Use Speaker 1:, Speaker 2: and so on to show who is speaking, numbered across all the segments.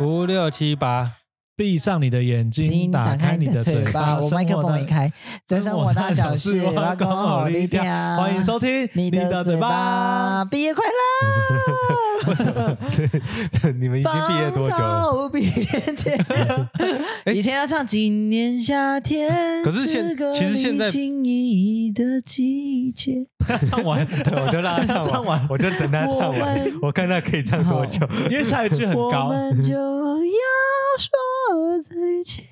Speaker 1: 五六七八，
Speaker 2: 闭上你的眼睛，打开你的嘴巴。
Speaker 3: 我麦克风一开，人生我大小事，
Speaker 2: 拉
Speaker 3: 公好力
Speaker 2: 量。欢迎收听
Speaker 3: 你
Speaker 2: 的
Speaker 3: 的
Speaker 2: 嘴
Speaker 3: 嘴巴，
Speaker 2: 巴。
Speaker 3: 毕业快乐！
Speaker 1: 你们已经毕业多久了？
Speaker 3: 芳草碧连天，以前要唱今年夏天，
Speaker 1: 可是现
Speaker 3: 个
Speaker 1: 其实现在
Speaker 3: 你情意的季节，
Speaker 2: 唱完，
Speaker 1: 对，我就让他唱完，
Speaker 2: 唱完
Speaker 1: 我就等他唱
Speaker 3: 我
Speaker 1: 完
Speaker 3: 们，
Speaker 1: 我看他可以唱多久。
Speaker 2: 因为下一句很
Speaker 3: 我
Speaker 2: 高，
Speaker 3: 们就要说再见，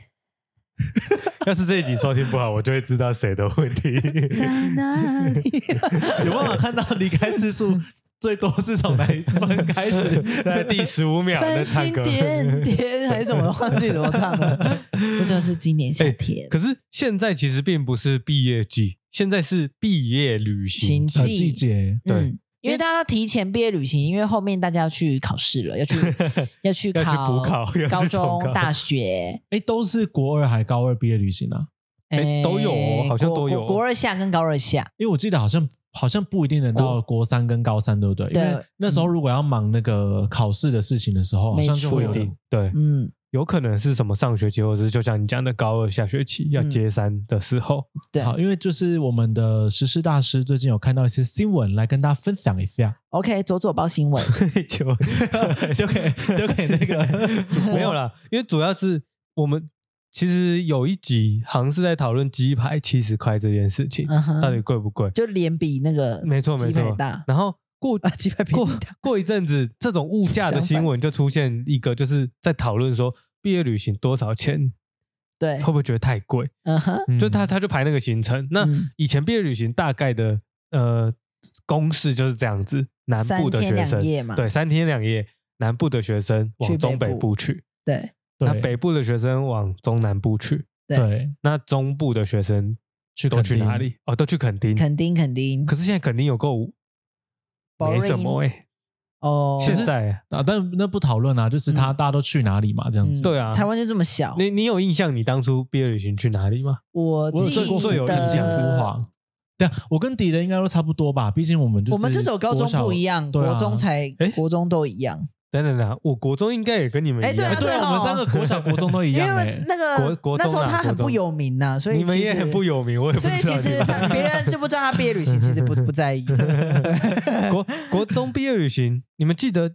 Speaker 1: 要是这一集收听不好，我就会知道谁的问题。
Speaker 3: 在哪里？
Speaker 2: 有办法看到离开次数最多是从哪一分开 始？
Speaker 1: 在第十五秒在
Speaker 3: 繁
Speaker 1: 唱
Speaker 3: 星
Speaker 1: 歌。
Speaker 3: 点点还是什么？忘记怎么唱 了。不知道是今年夏天
Speaker 1: 哎可是现在其实并不是毕业季，现在是毕业旅行
Speaker 3: 行。
Speaker 2: 呃，季节
Speaker 1: 对
Speaker 3: 嗯，因为大家要提前毕业旅行，因为后面大家要去考试了，要去要去
Speaker 1: 要去补考 要去
Speaker 3: 高
Speaker 1: 重考
Speaker 3: 中、大学，
Speaker 2: 哎，都是国二还高二毕业旅行啊？
Speaker 1: 哎都有哦
Speaker 3: 诶
Speaker 1: 好像
Speaker 3: 国
Speaker 1: 都有哦
Speaker 3: 国国二下跟高二下，
Speaker 2: 因为我记得好像好像不一定能到国三跟高三，对不对？因
Speaker 3: 对
Speaker 2: 为那时候如果要忙那个考试的事情的时候，好
Speaker 3: 没
Speaker 2: 像就会有
Speaker 3: 错
Speaker 2: 人
Speaker 1: 对，
Speaker 3: 嗯，
Speaker 1: 有可能是什么上学期，或者是就像你讲的高二下学期
Speaker 3: 嗯
Speaker 1: 要接三的时 候，
Speaker 3: 对
Speaker 2: 好，因为就是我们的实施大师最近有看到一些新闻，来跟大家分享一下，
Speaker 3: ，OK，左左报新闻，
Speaker 1: 就
Speaker 2: 就可以就可以那个
Speaker 1: 没有啦，因为主要是我们其实有一集好像是在讨论鸡排七十块这件事情，
Speaker 3: 嗯哼
Speaker 1: 到底贵不贵？
Speaker 3: 就脸比那个
Speaker 1: 没错没
Speaker 3: 鸡排
Speaker 1: 错
Speaker 3: 大。
Speaker 1: 然后过
Speaker 3: 啊鸡排比
Speaker 1: 过
Speaker 3: 你大
Speaker 1: 过一阵子，这种物价的新闻就出现一个，就是在讨论说毕业旅行多少钱，
Speaker 3: 对
Speaker 1: 会，不会觉得太贵？
Speaker 3: 嗯哼，
Speaker 1: 就他他就排那个行程。那
Speaker 3: 嗯
Speaker 1: 以前毕业旅行大概的呃公式就是这样子，南部的学
Speaker 3: 三天两夜
Speaker 1: 生
Speaker 3: 嘛
Speaker 1: 对三天两夜，南部的学生往
Speaker 3: 去
Speaker 1: 中
Speaker 3: 北
Speaker 1: 北
Speaker 3: 部
Speaker 1: 部去，
Speaker 3: 对
Speaker 1: 那
Speaker 2: 对
Speaker 1: 北部的学生往中南部去，
Speaker 2: 对
Speaker 1: 那中部的学生
Speaker 2: 去
Speaker 1: 都去
Speaker 2: 垦丁
Speaker 1: 哪里？哦，都去垦丁。
Speaker 3: 肯定肯定
Speaker 1: 可是现在垦丁有够没什么哎，
Speaker 3: 哦，
Speaker 1: 现在
Speaker 2: 啊，但那不讨论啊，就是他、大家都去哪里嘛，这样子。
Speaker 3: 嗯
Speaker 1: 对啊
Speaker 3: 台湾就这么小，
Speaker 1: 你你有印象你当初毕业旅行去哪里吗？
Speaker 3: 我
Speaker 2: 我有
Speaker 3: 记
Speaker 2: 最过
Speaker 1: 最有印
Speaker 3: 得
Speaker 1: 象
Speaker 2: 浮华。对啊，我跟迪的应该都差不多吧，毕竟我们就是
Speaker 3: 我们就走高中
Speaker 2: 小
Speaker 3: 不一样，
Speaker 2: 对啊
Speaker 3: 国中才
Speaker 2: 诶
Speaker 3: 国中都一样，
Speaker 1: 等等等啊，我国中应该也跟你们
Speaker 3: 哎
Speaker 1: 一
Speaker 3: 对
Speaker 1: 样
Speaker 3: 啊
Speaker 2: 哎，，对
Speaker 3: 对
Speaker 2: 啊，
Speaker 3: 哦
Speaker 2: 我们三个国小国中都 一
Speaker 3: 因为
Speaker 2: 样哎。
Speaker 3: 那个
Speaker 1: 国国中啊
Speaker 3: 那时候他很
Speaker 1: 国中
Speaker 3: 不有名呐，所以
Speaker 1: 你们
Speaker 3: 其
Speaker 1: 也
Speaker 3: 实
Speaker 1: 很不，有名，我也不
Speaker 3: 所以
Speaker 1: 知道
Speaker 3: 其
Speaker 1: 你
Speaker 3: 实
Speaker 1: 们。
Speaker 3: 他别人知不知道他毕业旅行，其实不不在 意。
Speaker 1: 国国中毕业旅行，你们记得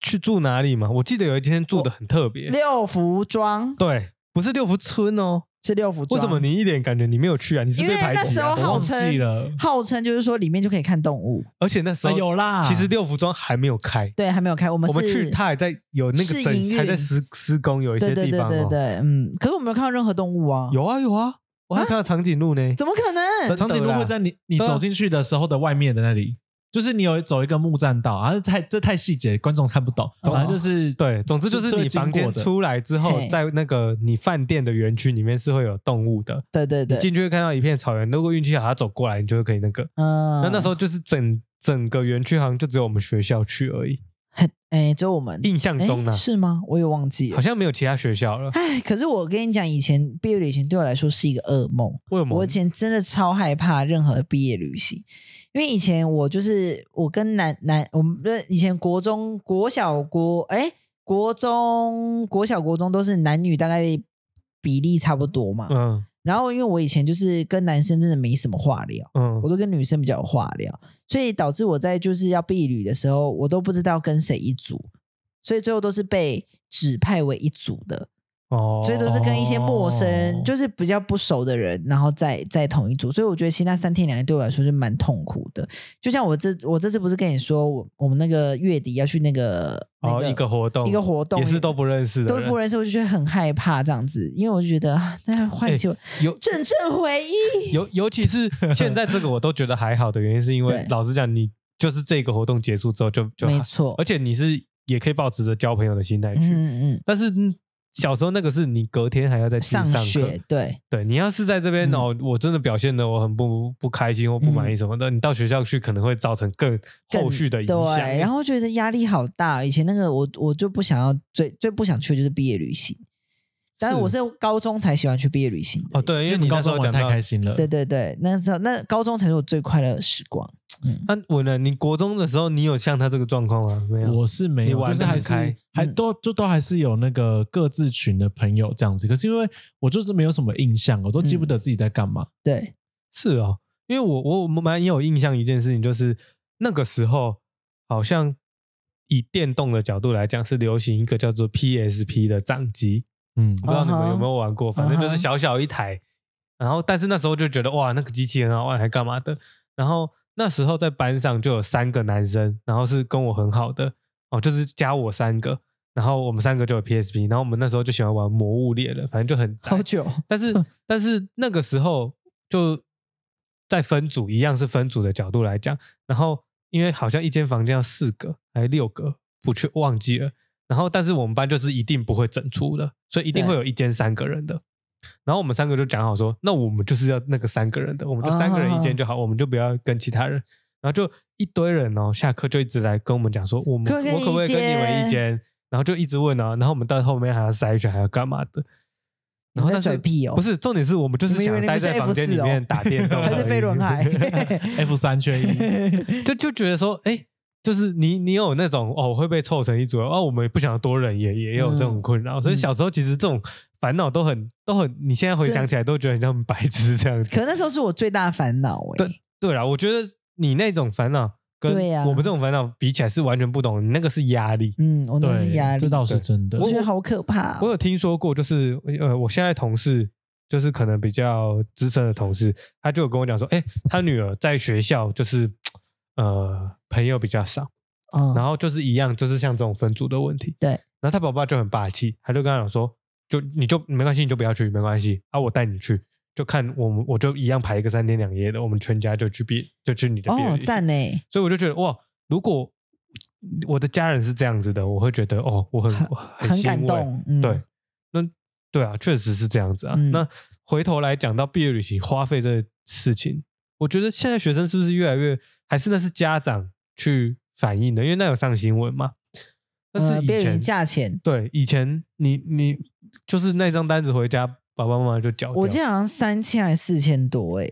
Speaker 1: 去住哪里吗？我记得有一天住的很特别，
Speaker 3: 六福庄
Speaker 1: 对，不是六福村哦。
Speaker 3: 是六福
Speaker 1: 为
Speaker 3: 庄，
Speaker 1: 什么你一点感觉你没有去啊？你是
Speaker 3: 因
Speaker 1: 被
Speaker 3: 为
Speaker 1: 排
Speaker 3: 那
Speaker 1: 挤
Speaker 3: 时
Speaker 1: 啊
Speaker 3: 候？
Speaker 1: 我忘
Speaker 3: 号
Speaker 1: 记
Speaker 3: 称
Speaker 2: 记了
Speaker 3: 号称就是说里面就可以看动物？
Speaker 1: 而且那时
Speaker 2: 啊，
Speaker 1: 候
Speaker 2: 有啦，
Speaker 1: 其实六福庄还没有开，
Speaker 3: 对，还没有开，哎我们
Speaker 1: 我们
Speaker 3: 是
Speaker 1: 去它还在有那个
Speaker 3: 是营
Speaker 1: 整
Speaker 3: 运
Speaker 1: 还在施施工，有一
Speaker 3: 对
Speaker 1: 些
Speaker 3: 对
Speaker 1: 地
Speaker 3: 对
Speaker 1: 方
Speaker 3: 对
Speaker 1: 哦。
Speaker 3: 对，嗯，可是我没有看到任何动物啊，
Speaker 1: 有啊有啊，我还看到长颈鹿呢。
Speaker 3: 怎么可
Speaker 1: 真
Speaker 3: 能？
Speaker 2: 长颈鹿会在你你
Speaker 1: 对啊
Speaker 2: 走进去的时候的外面的那里，就是你有走一个木栈道，啊，这太这太细节，观众看不懂。反正就是
Speaker 1: 哦对，总之就是你房间出来之后，
Speaker 3: 嘿
Speaker 1: 在那个你饭店的园区里面是会有动物的，
Speaker 3: 对对对，
Speaker 1: 进去会看到一片草原。如果运气好，它走过来，你就会可以那个。
Speaker 3: 嗯，
Speaker 1: 那那时候就是整整个园区好像就只有我们学校去而已，
Speaker 3: 哎，只有我们
Speaker 1: 印象
Speaker 3: 哎
Speaker 1: 中呢，啊
Speaker 3: 是吗？我也忘记了
Speaker 1: 好。像没有其他学校 了。
Speaker 3: 哎，可是我跟你讲，以前毕业旅行对我来说是一个噩梦。
Speaker 1: 为什么？
Speaker 3: 我以前真的超害怕任何毕业旅行，因为以前我就是我跟男男，我们不是以前国中、国小、国哎国中、国小、国中都是男女大概比例差不多嘛。
Speaker 1: 嗯
Speaker 3: 然后因为我以前就是跟男生真的没什么话聊，
Speaker 1: 嗯
Speaker 3: 我，都跟女生比较有话聊，所以导致我在就是要避旅的时候，我都不知道跟谁一组，所以最后都是被指派为一组的。
Speaker 1: 哦，
Speaker 3: 所以都是跟一些陌生，
Speaker 2: 哦
Speaker 3: 就是比较不熟的人，然后在在同一组。所以我觉得其实那三天两夜对我来说是蛮痛苦的。就像我这我这次不是跟你说，我我们那个月底要去那个那
Speaker 1: 哦
Speaker 3: 个、
Speaker 1: 一个活动，
Speaker 3: 一个活动
Speaker 1: 也是都不认识的
Speaker 3: 都
Speaker 1: 人，
Speaker 3: 不认识，我就觉得很害怕这样子，因为我就觉得啊那
Speaker 1: 哎
Speaker 3: 唤起我
Speaker 1: 有
Speaker 3: 阵阵、回忆。
Speaker 1: 尤尤其是现在这个我都觉得还好的原因，是因为
Speaker 3: 对
Speaker 1: 老实讲，你就是这个活动结束之后 就就
Speaker 3: 没
Speaker 1: 好
Speaker 3: 错
Speaker 1: 而，且你是也可以保持着交朋友的心态去。
Speaker 3: 嗯嗯
Speaker 1: 但是嗯小时候那个是你隔天还要再
Speaker 3: 嗯，
Speaker 1: 去
Speaker 3: 上
Speaker 1: 课，
Speaker 3: 学对
Speaker 1: 对你要是在这边
Speaker 3: 嗯
Speaker 1: 哦，我真的表现的我很不不开心或不满意什么的，你到学校去可能会造成更
Speaker 3: 更
Speaker 1: 后续的影响。
Speaker 3: 对，然后觉得压力好大。以前那个我我就不想要最最不想去的就是毕业旅行。但是我是高中才喜欢去毕业旅行的
Speaker 1: 哦，，对，因
Speaker 2: 因
Speaker 1: 为
Speaker 2: 为
Speaker 1: 你
Speaker 2: 你
Speaker 1: 那
Speaker 2: 高
Speaker 1: 时
Speaker 2: 中
Speaker 1: 候
Speaker 2: 玩
Speaker 1: 讲
Speaker 2: 太
Speaker 1: 到，
Speaker 2: 开心了，
Speaker 3: 对对对，那时候那高中才是我最快乐的时光。
Speaker 1: 那我呢？你国中的时候，你有像他这个状况吗？没有，
Speaker 2: 我是没
Speaker 1: 你
Speaker 2: 有，
Speaker 1: 玩
Speaker 2: 就
Speaker 1: 得
Speaker 2: 是还
Speaker 1: 很开
Speaker 2: 是还
Speaker 3: 嗯
Speaker 2: 都就都还是有那个各自群的朋友这样子，可是因为我就是没有什么印象，我都
Speaker 3: 嗯
Speaker 2: 记不得自己在干嘛。
Speaker 3: 对，
Speaker 1: 是哦，因为我我蛮有印象一件事情，就是那个时候好像以电动的角度来讲，是流行一个叫做 PSP 的掌机，
Speaker 2: 嗯
Speaker 1: 我不知道你
Speaker 3: 嗯
Speaker 1: 们
Speaker 3: 哼
Speaker 1: 有没有玩过，反正就
Speaker 3: 嗯
Speaker 1: 是
Speaker 3: 哼
Speaker 1: 小小一台，然后但是那时候就觉得哇，那个机器很好玩，还干嘛的？然后那时候在班上就有三个男生，然后是跟我很好的哦，就是加我三个。然后我们三个就有 PSP，然后我们那时候就喜欢玩《魔物猎人》，反正就很宅
Speaker 3: 好久，
Speaker 1: 但是
Speaker 3: 嗯
Speaker 1: 但是那个时候就在分组，一样是分组的角度来讲，然后因为好像一间房间要四个还是六个，不确忘记了。然后但是我们班就是一定不会整出的，所以一定
Speaker 3: 对
Speaker 1: 会有一间三个人的。然后我们三个就讲好说，那我们就是要那个三个人的，我们就三个人一间就好，我们就不要跟其他人。然后就一堆人哦，下课就一直来跟我们讲说，我们
Speaker 3: 可不可以
Speaker 1: 我可不可以
Speaker 3: 一
Speaker 1: 跟你们
Speaker 3: 间
Speaker 1: 一间？然后就一直问啊，然后我们到后面还要筛选，还要干嘛的？
Speaker 3: 你
Speaker 1: 然后
Speaker 3: 在
Speaker 1: 但是
Speaker 3: 嘴屁哦
Speaker 1: 不是重点是我们就是
Speaker 3: 你们以为
Speaker 1: 想
Speaker 3: 你
Speaker 1: 待
Speaker 3: 们是
Speaker 1: 在房间里
Speaker 3: F4 哦
Speaker 1: 面打电 动而已，
Speaker 3: 还是飞轮海
Speaker 2: F 三缺一，
Speaker 1: 就就觉得说，哎，就是你你有那种哦，我会被凑成一组哦，我们不想多人也也有这种困扰，所以
Speaker 3: 嗯
Speaker 1: 小时候其实这种烦恼都很都很，你现在回
Speaker 3: 这
Speaker 1: 想起来都觉得很像白痴这样子。
Speaker 3: 可能那时候是我最大的烦恼哎、
Speaker 1: 对啦，我觉得你那种烦恼跟
Speaker 3: 对啊呀
Speaker 1: 我们这种烦恼比起来是完全不同，你那个是压力。
Speaker 3: 嗯，我那是压力
Speaker 2: 对，这，倒是真的
Speaker 3: 我。觉得好可怕、
Speaker 1: 我
Speaker 3: 哦。
Speaker 1: 有听说过，就是呃，我现在同事就是可能比较资深的同事，他就有跟我讲说，哎、他女儿在学校就是呃朋友比较少，
Speaker 3: 嗯，
Speaker 1: 然后就是一样，就是像这种分组的问题。
Speaker 3: 对
Speaker 1: 然后他爸爸就很霸气，他就跟他讲说，就你就没关系，你就不要去，没关系啊，我带你去。就看我们，我就一样排一个三天两夜的，我们全家就去毕，就去你的毕业
Speaker 3: 哦
Speaker 1: 旅，行
Speaker 3: 赞哎，
Speaker 1: 所以我就觉得哇，如果我的家人是这样子的，我会觉得哦，我很
Speaker 3: 很
Speaker 1: 我
Speaker 3: 很
Speaker 1: 欣
Speaker 3: 感
Speaker 1: 慰
Speaker 3: 动。嗯、
Speaker 1: 对，那对啊，确实是这样子啊。
Speaker 3: 嗯
Speaker 1: 那回头来讲到毕业旅行花费这个事情，我觉得现在学生是不是越来越，还是那是家长去反映的，因为那有上新闻嘛。但
Speaker 3: 呃，
Speaker 1: 是以
Speaker 3: 别
Speaker 1: 前、
Speaker 3: 人价钱，
Speaker 1: 对以前你你就是那张单子回家，爸爸妈妈就缴掉。
Speaker 3: 我记得好像三千还是四千多哎、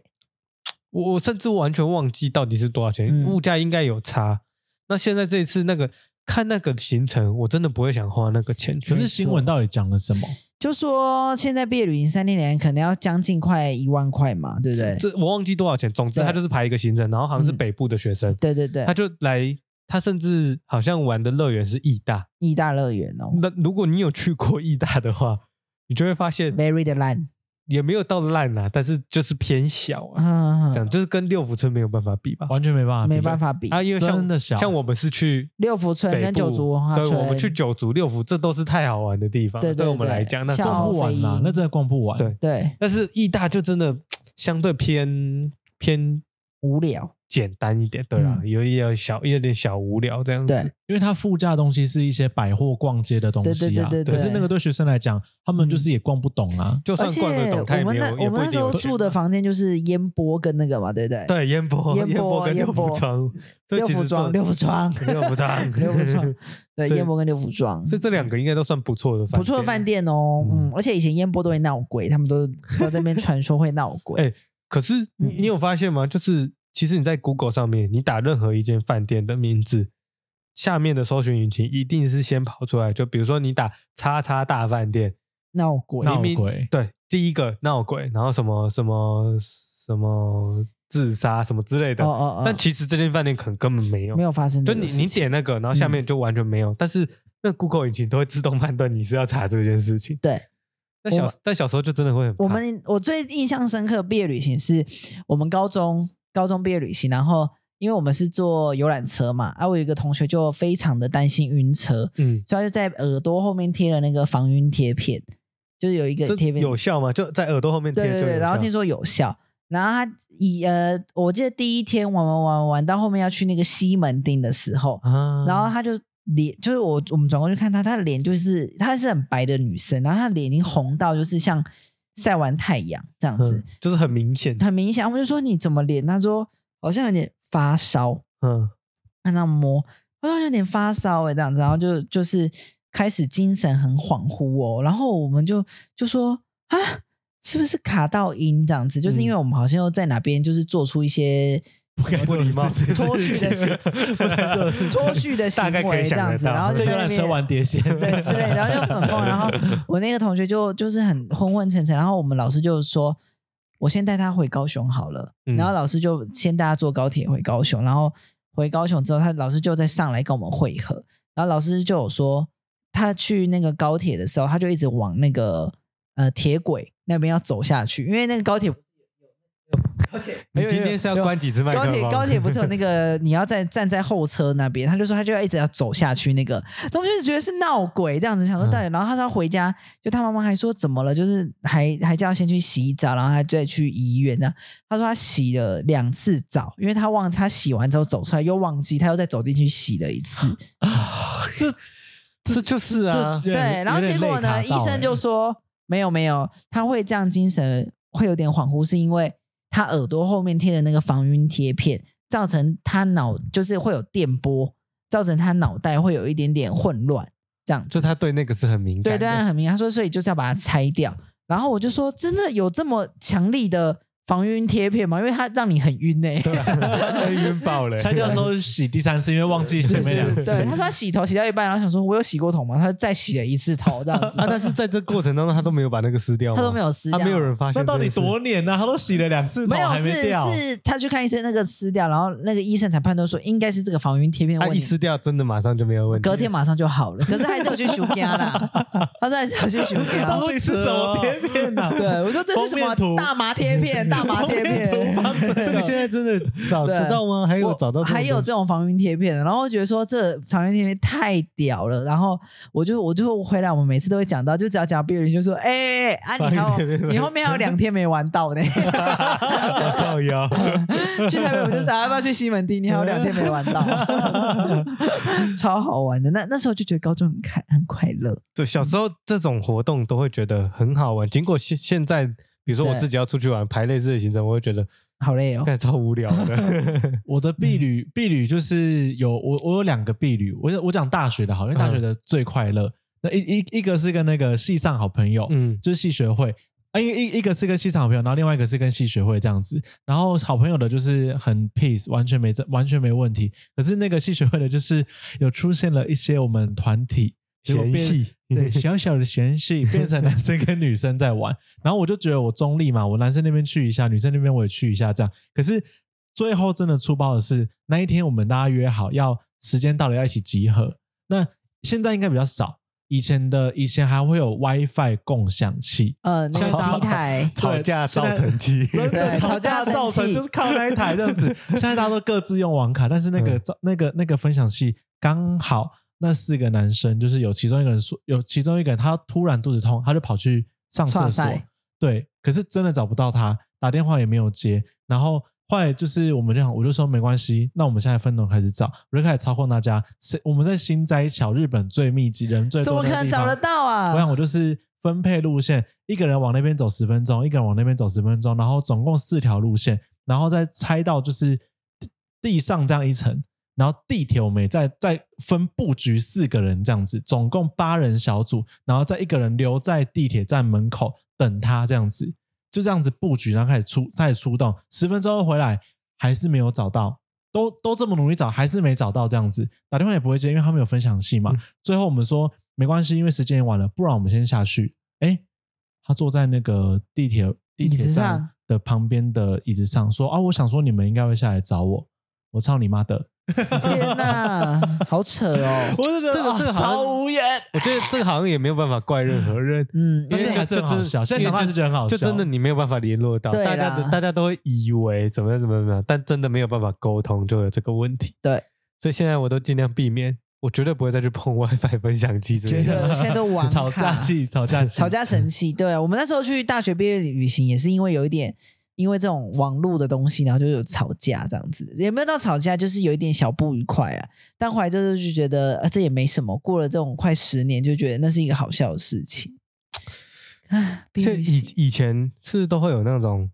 Speaker 1: 我我甚至完全忘记到底是多少钱，
Speaker 3: 嗯
Speaker 1: 物价应该有差。那现在这一次那个看那个行程，我真的不会想花那个钱去。
Speaker 2: 可是新闻到底讲了什么？
Speaker 3: 就说现在毕业旅行三天两夜可能要将近快一万块嘛，对不对？
Speaker 1: 这我忘记多少钱，总之他
Speaker 3: 对
Speaker 1: 就是排一个行程，然后好像是
Speaker 3: 嗯
Speaker 1: 北部的学生，
Speaker 3: 对对对
Speaker 1: 他，就来，他甚至好像玩的乐园是义大。
Speaker 3: 义大乐园哦
Speaker 1: 那如果你有去过义大的话，你就会发现
Speaker 3: ，very 的烂，
Speaker 1: 也没有到烂啦、但是就是偏小啊，
Speaker 3: 啊
Speaker 1: 这，样就是跟六福村没有办法比吧。
Speaker 2: 完全没办法比，
Speaker 3: 没办法比。
Speaker 1: 啊，因为像
Speaker 2: 真的小
Speaker 1: 像我们是去
Speaker 3: 六福村
Speaker 1: 北
Speaker 3: 跟
Speaker 1: 部
Speaker 3: 九族文化
Speaker 1: 对，
Speaker 3: 村
Speaker 1: 我们去九族六福，这都是太好玩的地方了，
Speaker 3: 对对
Speaker 1: 对我们
Speaker 3: 对
Speaker 1: 来讲，那
Speaker 3: 像
Speaker 1: 种
Speaker 2: 逛不完
Speaker 3: 非
Speaker 2: 啦
Speaker 3: 议，
Speaker 2: 那真的逛不完。
Speaker 1: 对
Speaker 3: 对，
Speaker 1: 但是义大就真的相对偏偏
Speaker 3: 无聊，
Speaker 1: 简单一点，对啦，
Speaker 3: 嗯
Speaker 1: 有也有小有点小无聊这样子。
Speaker 3: 对
Speaker 2: 因为它附加的东西是一些百货逛街的东西啊，
Speaker 3: 对对对对嗯
Speaker 2: 可是那个对学生来讲，他们就是也逛不懂啊。
Speaker 1: 就
Speaker 3: 而
Speaker 1: 算
Speaker 3: 且
Speaker 1: 逛得懂，他也
Speaker 3: 我
Speaker 1: 没
Speaker 3: 们
Speaker 1: 有
Speaker 3: 那
Speaker 1: 也
Speaker 3: 我
Speaker 1: 不
Speaker 3: 们
Speaker 1: 一
Speaker 3: 那
Speaker 1: 定
Speaker 3: 时
Speaker 1: 有
Speaker 3: 候
Speaker 1: 钱
Speaker 3: 住的
Speaker 1: 嘛
Speaker 3: 房间就是烟波跟那个嘛，对不对？
Speaker 1: 对 烟波
Speaker 3: 烟波啊
Speaker 1: 波跟
Speaker 3: 烟
Speaker 1: 六
Speaker 3: 波
Speaker 1: 福庄，所以
Speaker 3: 六
Speaker 1: 其
Speaker 3: 福
Speaker 1: 实
Speaker 3: 庄
Speaker 1: 做
Speaker 3: 六福庄
Speaker 1: 六福庄
Speaker 3: 六福庄，对，
Speaker 1: 对
Speaker 3: 烟波跟六福庄，
Speaker 1: 所以这两个应该都算不错的饭，
Speaker 3: 不错的饭。店哦，
Speaker 1: 嗯
Speaker 3: 嗯，而且以前烟波都会闹鬼，他们都都在那边传说会闹鬼
Speaker 1: 哎，可是你
Speaker 3: 嗯
Speaker 1: 你有发现吗？就是其实你在 Google 上面，你打任何一间饭店的名字，下面的搜寻引擎一定是先跑出来。就比如说你打“叉叉大饭店
Speaker 3: 闹鬼，
Speaker 2: 闹
Speaker 1: 明
Speaker 2: 鬼”，，
Speaker 1: 对，第一个闹鬼，然后什么什么什么自杀什么之类
Speaker 3: 哦
Speaker 1: 的。
Speaker 3: 哦哦，
Speaker 1: 但其实这间饭店可能根本没有
Speaker 3: 没，有发生
Speaker 1: 就
Speaker 3: 这个
Speaker 1: 你
Speaker 3: 事情，嗯
Speaker 1: 你点那个，然后下面就完全没有，但是那 Google 引擎都会自动判断你是要查这件事情。
Speaker 3: 对。
Speaker 1: 那
Speaker 3: 我
Speaker 1: 小
Speaker 3: 们
Speaker 1: 但小时候就真的会很怕
Speaker 3: 我们我最印象深刻的毕业旅行是我们高中高中毕业旅行，然后因为我们是坐游览车嘛，啊，我有一个同学就非常的担心晕车，
Speaker 1: 嗯，
Speaker 3: 所以他就在耳朵后面贴了那个防晕贴片，就是有一个
Speaker 1: 这
Speaker 3: 贴片，
Speaker 1: 有效吗？就在耳朵后面贴
Speaker 3: 对
Speaker 1: 就有
Speaker 3: 对
Speaker 1: 效。
Speaker 3: 对，然后听说有效。然后他以呃，我记得第一天玩玩玩玩到后面要去那个西门町的时候，
Speaker 1: 啊，
Speaker 3: 然后他就脸，就是我我们转过去看她，她的脸就是她是很白的女生，然后她的脸已经红到就是像晒完太阳这样子
Speaker 1: 嗯，，就是很明显，
Speaker 3: 很明显。我们就说你怎么脸？她说好像有点发烧，
Speaker 1: 嗯，
Speaker 3: 让她摸，好像有点发烧哎、欸，这样子，然后就就是开始精神很恍惚哦，然后我们就就说啊，是不是卡到音这样子？就是因为我们好像又在哪边就是做出一些
Speaker 2: 不该
Speaker 1: 不
Speaker 2: 做的
Speaker 1: 礼貌
Speaker 2: 事情，
Speaker 3: 脱序的行 脱序的行
Speaker 1: 大概可
Speaker 3: 为
Speaker 1: 以
Speaker 3: 这
Speaker 1: 想
Speaker 3: 样
Speaker 1: 得
Speaker 3: 子，
Speaker 1: 到啊
Speaker 3: 然后就
Speaker 2: 这
Speaker 3: 在
Speaker 2: 游
Speaker 3: 那
Speaker 2: 览
Speaker 3: 边
Speaker 2: 车玩碟仙，
Speaker 3: 对之类的，然后就很疯。然后我那个同学就就是很昏昏沉沉，然后我们老师就说。我先带他回高雄好了，
Speaker 1: 嗯
Speaker 3: 然后老师就先带他坐高铁回高雄，然后回高雄之后，他老师就再上来跟我们会合，然后老师就有说，他去那个高铁的时候，他就一直往那个呃铁轨那边要走下去，因为那个高铁
Speaker 1: 你今天是要关几次麦克
Speaker 3: 高
Speaker 1: 风？
Speaker 3: 铁高铁不是有 那个你要在站在后车那边，他就说他就要一直要走下去那个，那我就是觉得是闹鬼这样子，想说到
Speaker 1: 嗯
Speaker 3: 底，然后他说他回家，就他妈妈还说怎么了，就是还还叫他先去洗澡，然后还再去医院呢。他说他洗了两次澡，因为他忘他洗完之后走出来又忘记，他又再走进去洗了一次，
Speaker 2: 这
Speaker 1: 这就是啊，
Speaker 2: 这
Speaker 3: 对，然后结果呢，医
Speaker 1: 欸
Speaker 3: 生就说没有没有，他会这样精神会有点恍惚，是因为他耳朵后面贴的那个防晕贴片，造成他脑就是会有电波，造成他脑袋会有一点点混乱，这样子。
Speaker 1: 就他对那个是很敏
Speaker 3: 对
Speaker 1: 感的，
Speaker 3: 对啊，很明显，他说所以就是要把它拆掉。然后我就说，真的有这么强力的防晕贴片吗？因为它让你很晕呢、欸
Speaker 1: 对，晕爆 了，
Speaker 2: 拆掉之后洗第三次，因为忘记前面两次。
Speaker 3: 对，他说他洗头洗到一半，然后想说我有洗过头吗？他就再洗了一次头这样子，
Speaker 1: 啊！但是在这过程当中，他都没有把那个撕掉吗，
Speaker 3: 他都没有撕
Speaker 1: 他
Speaker 3: 掉。
Speaker 1: 没有人发现
Speaker 2: 那
Speaker 1: 这件
Speaker 2: 到
Speaker 1: 事，
Speaker 2: 底多黏啊 呢？他都洗了两次，
Speaker 3: 没有
Speaker 2: 还没
Speaker 3: 是
Speaker 2: 掉。
Speaker 3: 是他去看医生，那个撕掉，然后那个医生才判断说应该是这个防晕贴片
Speaker 1: 他
Speaker 3: 问
Speaker 1: 一
Speaker 3: 题。
Speaker 1: 撕掉，真的马上就没有问题。
Speaker 3: 隔天马上就好 了，可是还是有去修家 啦，他说还是有去修家。
Speaker 2: 到底是什么贴片啊 呢？
Speaker 3: 对，啊我说这是什么
Speaker 2: 封面图
Speaker 3: 大麻贴 片，大麻贴片，
Speaker 1: 这个现在真的 找得到吗？还有
Speaker 3: 我
Speaker 1: 找到这种
Speaker 3: 还有这种防晕贴片的，然后我觉得说这防晕贴片太屌了，然后我就我就回来，我们每次都会讲到，就只要讲到 B 人就说，哎、哎哎啊，你
Speaker 1: 防
Speaker 3: 还
Speaker 1: 晕贴
Speaker 3: 有
Speaker 1: 片
Speaker 3: 你后面还有两天没玩到呢，
Speaker 1: 靠腰，
Speaker 3: 去台北我就打要不要去西门町，你还有两天没玩 到，超好玩的。那那时候就觉得高中很开很快乐，
Speaker 1: 对，小时候这种活动都会觉得很好玩。经过现现在，比如说我
Speaker 3: 对
Speaker 1: 自己要出去玩，排类似的行程，我会觉得
Speaker 3: 好累哦。
Speaker 1: 干超无聊 的。
Speaker 2: 我的婢旅，婢旅就是有我，我有两个婢旅。我我讲大学的好，因为大学的最快乐。那一一一个是跟那个系上好朋友，
Speaker 1: 嗯，
Speaker 2: 就是系学会。啊，一一一个是跟系上好朋友，然后另外一个是跟系学会这样子。然后好朋友的就是很 peace，完全没这完全没问题。可是那个系学会的，就是有出现了一些我们团体结果
Speaker 1: 嫌
Speaker 2: 变
Speaker 1: 隙，
Speaker 2: 对，小小的嫌隙变成男生跟女生在玩，然后我就觉得我中立嘛，我男生那边去一下，女生那边我也去一下，这样。可是最后真的粗暴的是，那一天我们大家约好要时间到了要一起集合，那现在应该比较少，以前的以前还会有 WiFi 共享器，
Speaker 3: 呃，那
Speaker 2: 像
Speaker 3: 个
Speaker 2: 大
Speaker 3: 机台，
Speaker 1: 吵架
Speaker 2: 现
Speaker 1: 造
Speaker 2: 在
Speaker 1: 成器，
Speaker 2: 真的
Speaker 3: 对
Speaker 2: 吵
Speaker 3: 吵架
Speaker 2: 架
Speaker 3: 生
Speaker 2: 造成
Speaker 3: 气
Speaker 2: 就是靠那一台这样 子。现在大家都各自用网卡，但是那
Speaker 3: 嗯
Speaker 2: 个、照那个那个分享器刚好那四个男生就是有其中一个人说有其中一个人他突然肚子痛，他就跑去上厕
Speaker 3: 哇
Speaker 2: 所
Speaker 3: 塞，
Speaker 2: 对，可是真的找不到他，打电话也没有接，然后。后来就是我们就想，我就说没关系，那我们现在分头开始找，我就开始操控大家。谁我们在新斋桥，日本最密集、人最
Speaker 3: 怎
Speaker 2: 多
Speaker 3: 么
Speaker 2: 的
Speaker 3: 可能
Speaker 2: 地方，
Speaker 3: 找得到
Speaker 2: 我想
Speaker 3: 啊？
Speaker 2: 我就是分配路线，一个人往那边走十分钟，一个人往那边走十分钟，然后总共四条路线，然后再拆到就是地地上这样一层，然后地铁我们也再再分布局四个人这样子，总共八人小组，然后再一个人留在地铁站门口等他这样子，就这样子布局，然后开始出开始出动，十分钟后回来还是没有找到。都都这么努力找，还是没找到这样子，打电话也不会接，因为他们有分享器嘛。
Speaker 1: 嗯
Speaker 2: 最后我们说没关系，因为时间也晚了，不然我们先下去。哎，他坐在那个地铁地
Speaker 3: 椅
Speaker 2: 铁
Speaker 3: 子
Speaker 2: 站
Speaker 3: 上
Speaker 2: 的旁边的椅子上，说啊，我想说你们应该会下来找我，我操你妈的！
Speaker 3: 天哪， 好扯哦。
Speaker 2: 我就觉得
Speaker 1: 这个
Speaker 2: 啊
Speaker 1: 这个好像
Speaker 2: 超无言，
Speaker 1: 我觉得这个好像也没有办法怪任何人，
Speaker 3: 嗯，
Speaker 2: 但是还是很好笑。现在想到还是觉得很好笑，
Speaker 1: 就真的 你没有办法联络到，
Speaker 3: 对啦
Speaker 1: 大家都大家都会以为怎么样怎么样怎么样，但真的没有办法沟通，就有这个问题。
Speaker 3: 对，
Speaker 1: 所以现在我都尽量避免，我绝对不会再去碰 WiFi 分享器之类
Speaker 3: 觉
Speaker 1: 的。
Speaker 3: 得现在都网卡
Speaker 2: 吵架气，吵架气，
Speaker 3: 吵架神 器。对啊我们那时候去大学毕业旅行，也是因为有一点，因为这种网络的东西，然后就有吵架这样子，也没有到吵架，就是有一点小不愉快啊。但后来就是就觉得、啊、这也没什么，过了这种快十年，就觉得那是一个好笑的事情。唉，毕业
Speaker 1: 就
Speaker 3: 旅
Speaker 1: 以
Speaker 3: 行
Speaker 1: 以前是不是都会有那种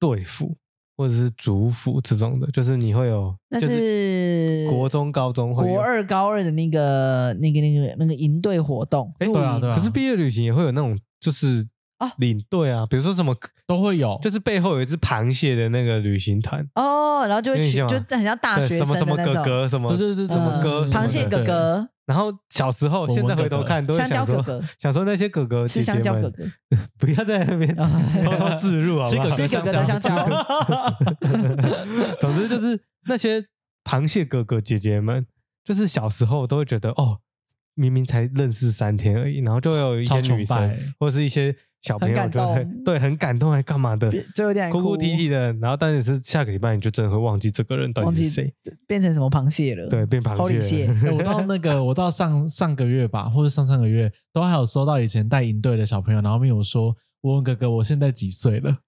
Speaker 1: 队服，或者是族服这种的，就是你会有，
Speaker 3: 那
Speaker 1: 就是国中、高中会有
Speaker 3: 国。二、高二的那个、那个、那个、那个营队活动，
Speaker 1: 哎，
Speaker 2: 对啊对啊
Speaker 1: 可是毕业旅行也会有那种，就是
Speaker 3: 啊
Speaker 1: 领队啊，比如说什么，
Speaker 2: 都会有，
Speaker 1: 就是背后有一只螃蟹的那个旅行团，
Speaker 3: 哦，然后就会
Speaker 1: 有点
Speaker 3: 去，
Speaker 1: 像
Speaker 3: 就很像大
Speaker 1: 对
Speaker 3: 学
Speaker 1: 什么什
Speaker 3: 生的
Speaker 1: 么
Speaker 3: 那种
Speaker 1: 哥，哥什么
Speaker 2: 对对对，
Speaker 1: 什么
Speaker 3: 嗯
Speaker 1: 哥什么
Speaker 3: 螃蟹
Speaker 1: 的
Speaker 3: 哥
Speaker 1: 对
Speaker 3: 哥、
Speaker 1: 然后小时候，
Speaker 2: 我
Speaker 1: 现在
Speaker 2: 们哥
Speaker 1: 回头
Speaker 2: 哥
Speaker 1: 看都会
Speaker 3: 香蕉
Speaker 1: 想说，
Speaker 3: 哥 哥
Speaker 1: 想说那些哥哥姐
Speaker 3: 吃
Speaker 1: 姐
Speaker 3: 香
Speaker 1: 们
Speaker 3: 蕉哥 哥，哦
Speaker 1: 不要在那边偷偷自入好不好？
Speaker 3: 吃哥哥 的香蕉，
Speaker 1: 总之就是那些螃蟹哥哥姐姐们，就是小时候都会觉得哦，明明才认识三天而已，然后就会有一些
Speaker 2: 超崇
Speaker 1: 女
Speaker 2: 拜
Speaker 1: 生或是一些小朋友
Speaker 3: 很感
Speaker 1: 就会
Speaker 3: 动
Speaker 1: 对很感动，还干嘛的，
Speaker 3: 就有点
Speaker 1: 哭哭啼啼的。然后但是下个礼拜你就真的会忘记这个人到
Speaker 3: 忘
Speaker 1: 底
Speaker 3: 记
Speaker 1: 是谁，
Speaker 3: 变成什么螃蟹了，
Speaker 1: 对，变螃
Speaker 3: Holy
Speaker 1: 蟹了。
Speaker 2: 欸我到那个，我到上上个月吧，或者上上个月，都还有收到以前带营队的小朋友，然后问我说：“我问哥哥，我现在几岁了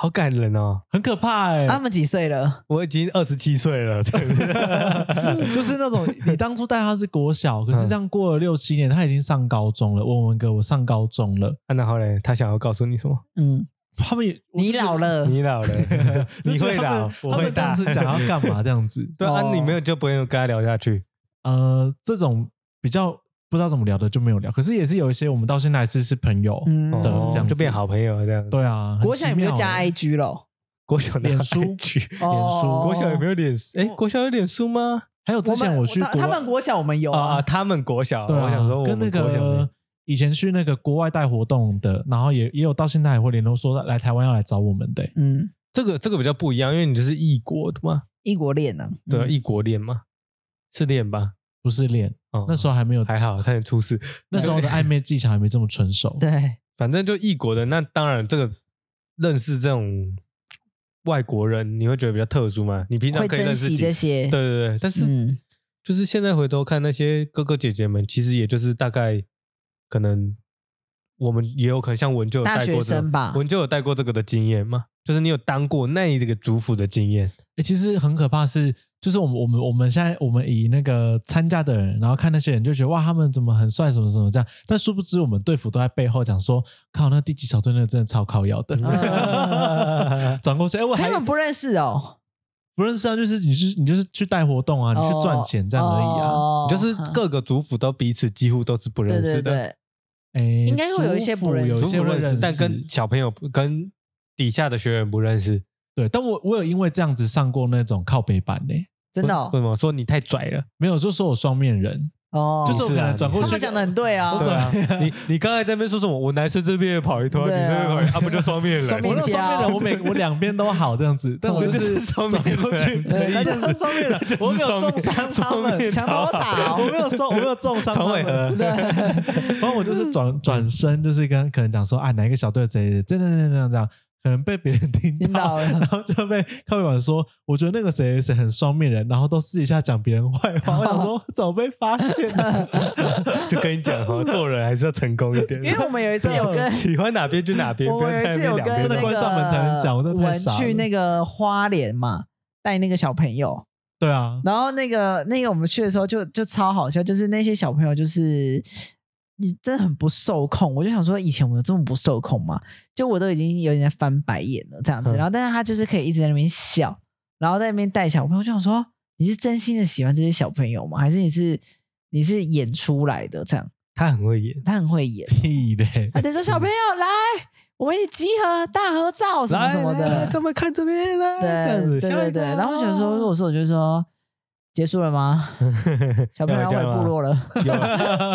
Speaker 1: 好感人哦！？”
Speaker 2: 很可怕哎、
Speaker 3: 他们几岁了？
Speaker 1: 我已经二十七岁了，这样子
Speaker 2: 就是那种你当初带他是国小，可是
Speaker 3: 嗯
Speaker 2: 这样过了六七年，他已经上高中了。问文哥，我上高中了，
Speaker 1: 啊，然后嘞，他想要告诉你什么？
Speaker 3: 嗯，
Speaker 2: 他们也
Speaker 3: 你老，了，
Speaker 1: 你老 了，
Speaker 2: 我就
Speaker 1: 你
Speaker 2: 觉得
Speaker 1: 会
Speaker 2: 他们
Speaker 3: 啊
Speaker 1: 老，我
Speaker 2: 他们
Speaker 1: 会
Speaker 2: 呃这
Speaker 1: 大。
Speaker 2: 样子讲要干嘛？这样子，
Speaker 1: 对啊，
Speaker 3: 哦
Speaker 1: 你没有就不用跟他聊下去。
Speaker 2: 呃，这种比较不知道怎么聊的就没有聊，可是也是有一些我们到现在还是是朋友。
Speaker 3: 嗯，
Speaker 2: 对
Speaker 1: 哦
Speaker 2: 这样子
Speaker 1: 就变好朋友这样。，
Speaker 2: 对啊，很
Speaker 3: 国小有没有
Speaker 2: 奇妙
Speaker 3: 加
Speaker 2: 欸
Speaker 3: IG 咯？
Speaker 1: 国小哪有
Speaker 2: 脸书
Speaker 1: IG
Speaker 3: 哦，
Speaker 1: 国小有没有脸书？哎，
Speaker 2: 我
Speaker 1: 国小有脸书吗？
Speaker 2: 还有之
Speaker 3: 哦我
Speaker 2: 前我
Speaker 3: 们
Speaker 2: 去
Speaker 3: 他
Speaker 2: 国
Speaker 3: 他们国小我们有
Speaker 1: 啊
Speaker 3: 啊
Speaker 1: 啊，，他们国小，
Speaker 2: 对啊，
Speaker 1: 我想说我
Speaker 2: 跟那
Speaker 1: 们国小没
Speaker 2: 个以前去那个国外带活动的，然后也也有到现在还会联络说来台湾要来找我们的、
Speaker 3: 嗯，
Speaker 1: 这个这个比较不一样，因为你就是异国的嘛，
Speaker 3: 异国恋呢？
Speaker 1: 对啊，
Speaker 3: 嗯
Speaker 1: 异国恋嘛，是恋吧？
Speaker 2: 不是恋，
Speaker 1: 哦，
Speaker 2: 那时候还没有，
Speaker 1: 还好，差点出事。
Speaker 2: 那时候的暧昧技巧还没这么纯熟。
Speaker 3: 对，
Speaker 1: 反正就异国的，那当然这个认识这种外国人，你会觉得比较特殊嘛？你平常
Speaker 3: 会
Speaker 1: 可以
Speaker 3: 珍
Speaker 1: 认识
Speaker 3: 惜
Speaker 1: 几
Speaker 3: 这些，
Speaker 1: 对对对，但是、
Speaker 3: 嗯
Speaker 1: 就是现在回头看那些哥哥姐姐们，其实也就是大概可能我们也有可能像文就有带
Speaker 3: 大
Speaker 1: 过
Speaker 3: 学
Speaker 1: 这
Speaker 3: 生
Speaker 1: 个，
Speaker 3: 吧，
Speaker 1: 文就有带过这个的经验嘛，就是你有当过那一个主辅的经验，
Speaker 2: 欸其实很可怕是，就是我们我们我们现在我们以那个参加的人，然后看那些人就觉得哇，他们怎么很帅，什么什么这样，但殊不知我们队服都在背后讲说，靠，那第几小队那个真的超 靠腰的。
Speaker 3: 嗯
Speaker 2: 转过去，哎、我还
Speaker 3: 他们不认识哦，
Speaker 2: 不认识啊，就是你就是你就是去带活动啊，你去赚钱这样而已啊。
Speaker 3: 哦
Speaker 1: 就是各个主辅都彼此几乎都是不认
Speaker 3: 对
Speaker 1: 识
Speaker 3: 对
Speaker 1: 的，
Speaker 3: 对，
Speaker 2: 哎，
Speaker 3: 应该会有一些不认识
Speaker 2: 有
Speaker 1: 主
Speaker 2: 一些
Speaker 1: 辅
Speaker 2: 会
Speaker 1: 认
Speaker 2: 认
Speaker 1: 识，
Speaker 2: 识，
Speaker 1: 但跟小朋友不跟底下的学员不认识，
Speaker 2: 对，但我我有因为这样子上过那种靠北版呢、
Speaker 3: 真的
Speaker 1: 为
Speaker 3: 哦
Speaker 1: 什么说你太拽了？
Speaker 2: 没有，就说我双面人，
Speaker 3: 哦，
Speaker 2: 就是我可能转过
Speaker 1: 你
Speaker 3: 他
Speaker 2: 去，
Speaker 3: 们讲的很对啊
Speaker 2: 我，
Speaker 1: 对啊
Speaker 2: 转，
Speaker 1: 你你刚才在那边说什么？我男生这边也跑一团，
Speaker 3: 对啊
Speaker 1: 你这边跑一，啊不就双面人？
Speaker 3: 双
Speaker 2: 我
Speaker 3: 面
Speaker 2: 那
Speaker 3: 人
Speaker 2: 种双面人，我每我两边都好这样子，但我就
Speaker 1: 这
Speaker 2: 是
Speaker 1: 是双面人
Speaker 2: 转过去
Speaker 1: 对
Speaker 2: 他 就是双面人
Speaker 1: 这，就是
Speaker 2: 我没有
Speaker 1: 双面
Speaker 2: 重伤他
Speaker 1: 双面
Speaker 2: 们
Speaker 1: 人，
Speaker 3: 强多少
Speaker 2: 我？没有受，我没有重伤他
Speaker 1: 床尾和
Speaker 2: 们。对，然后我就是转转身，就是跟可能讲说啊，哪一个小队谁谁谁这样这样这样这样，可能被别人听
Speaker 3: 听到
Speaker 2: 到，
Speaker 3: 了
Speaker 2: 然后就被靠背板说，我觉得那个谁谁谁很双面人，然后都私底下讲别人坏话，我想
Speaker 3: 哦
Speaker 2: 说怎么被发现啊 了？
Speaker 1: 就跟你讲哈，做人还是要成功一点。
Speaker 3: 因为我们有一次有跟
Speaker 1: 喜欢哪边就哪边，
Speaker 3: 我
Speaker 1: 不要
Speaker 3: 们有
Speaker 1: 在那
Speaker 3: 一次有
Speaker 1: 边两
Speaker 3: 跟
Speaker 1: 边
Speaker 3: 那
Speaker 2: 真
Speaker 1: 都
Speaker 3: 个
Speaker 2: 的关上门才能讲我真的太
Speaker 3: 文
Speaker 2: 傻了
Speaker 3: 去那个花莲嘛，带那个小朋友，
Speaker 2: 对啊，
Speaker 3: 然后那个那个我们去的时候就就超好笑，就是那些小朋友就是你真的很不受控，我就想说以前我有这么不受控吗？就我都已经有点在翻白眼了这样子，
Speaker 1: 嗯
Speaker 3: 然后但是他就是可以一直在那边笑，然后在那边带小朋友，我就想说你是真心的喜欢这些小朋友吗？还是你是你是演出来的这样？
Speaker 1: 他很会演。
Speaker 3: 他很会演，
Speaker 2: 屁嘞！
Speaker 3: 啊他就 说小朋友来，我们一起集合大合照什么什么
Speaker 1: 来来
Speaker 3: 的，
Speaker 1: 他们看这边来，这样
Speaker 3: 对
Speaker 1: 子，
Speaker 3: 对
Speaker 1: 下
Speaker 3: 对
Speaker 1: 一个
Speaker 3: 对，然后我想说，如果是我就说结束了 吗？小朋友要回部落了，
Speaker 1: 有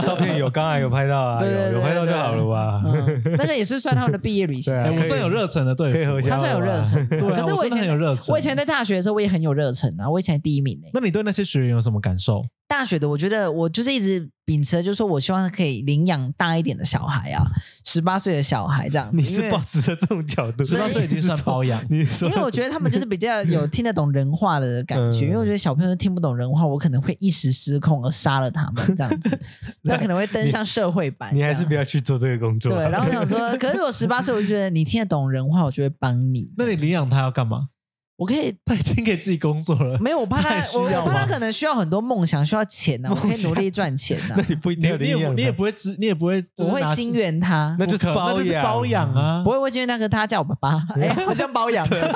Speaker 1: 照片有，刚才有拍到啊，
Speaker 3: 对对对
Speaker 1: 有有拍到就好了吧？
Speaker 3: 嗯，那个也是算他们的毕业旅行。
Speaker 1: 对啊
Speaker 2: 哎，我
Speaker 1: 可以
Speaker 2: 算有热忱的队
Speaker 1: 可以合
Speaker 2: 服，
Speaker 1: 家
Speaker 3: 他算有热忱，
Speaker 2: 对啊
Speaker 3: 可是
Speaker 2: 我
Speaker 3: 以
Speaker 2: 真的
Speaker 3: 前
Speaker 2: 很有热忱
Speaker 3: 我以前在大学的时候，我也很有热忱啊，我以前第一名呢、
Speaker 2: 那你对那些学员有什么感受？
Speaker 3: 大学的，我觉得我就是一直秉持，就是说我希望可以领养大一点的小孩啊，十八岁的小孩这样子。
Speaker 1: 你
Speaker 3: 因
Speaker 1: 是
Speaker 3: 为
Speaker 1: 保持着这种角度，
Speaker 2: 十八岁已经算包养，
Speaker 1: 你说
Speaker 3: 因为我觉得他们就是比较有听得懂人话的感觉，
Speaker 1: 嗯
Speaker 3: 因为我觉得小朋友听不懂人话，我可能会一时失控而杀了他们这样子，那可能会登上社会版这
Speaker 1: 你
Speaker 3: 样。
Speaker 2: 哎
Speaker 1: 还是不要去做这个工作。
Speaker 3: 对，然后我想说，可是我十八岁，我就觉得你听得懂人话，我就会帮你。
Speaker 2: 那你领养他要干嘛？
Speaker 3: 我可以
Speaker 2: 他已经给自己工作了，
Speaker 3: 没有，我怕
Speaker 2: 太
Speaker 3: 他，
Speaker 2: 需
Speaker 3: 我
Speaker 2: 要
Speaker 3: 我怕
Speaker 2: 吧
Speaker 3: 他可能需要很多梦想，需要钱呐、啊，我可以努力赚钱呐、
Speaker 1: 那 你不一定
Speaker 2: 你
Speaker 1: 要
Speaker 2: 你也
Speaker 1: 领
Speaker 2: 你也
Speaker 1: 养
Speaker 2: 不会知，你也不会，就是
Speaker 3: 我会
Speaker 2: 拿
Speaker 3: 金援他，
Speaker 1: 那
Speaker 2: 不
Speaker 1: 就
Speaker 2: 可
Speaker 1: 是
Speaker 2: 那
Speaker 1: 包
Speaker 2: 就是
Speaker 1: 养
Speaker 2: 包养啊，
Speaker 3: 不会，我会金援他，可是他叫我爸爸，哎、好像包养，爹爹，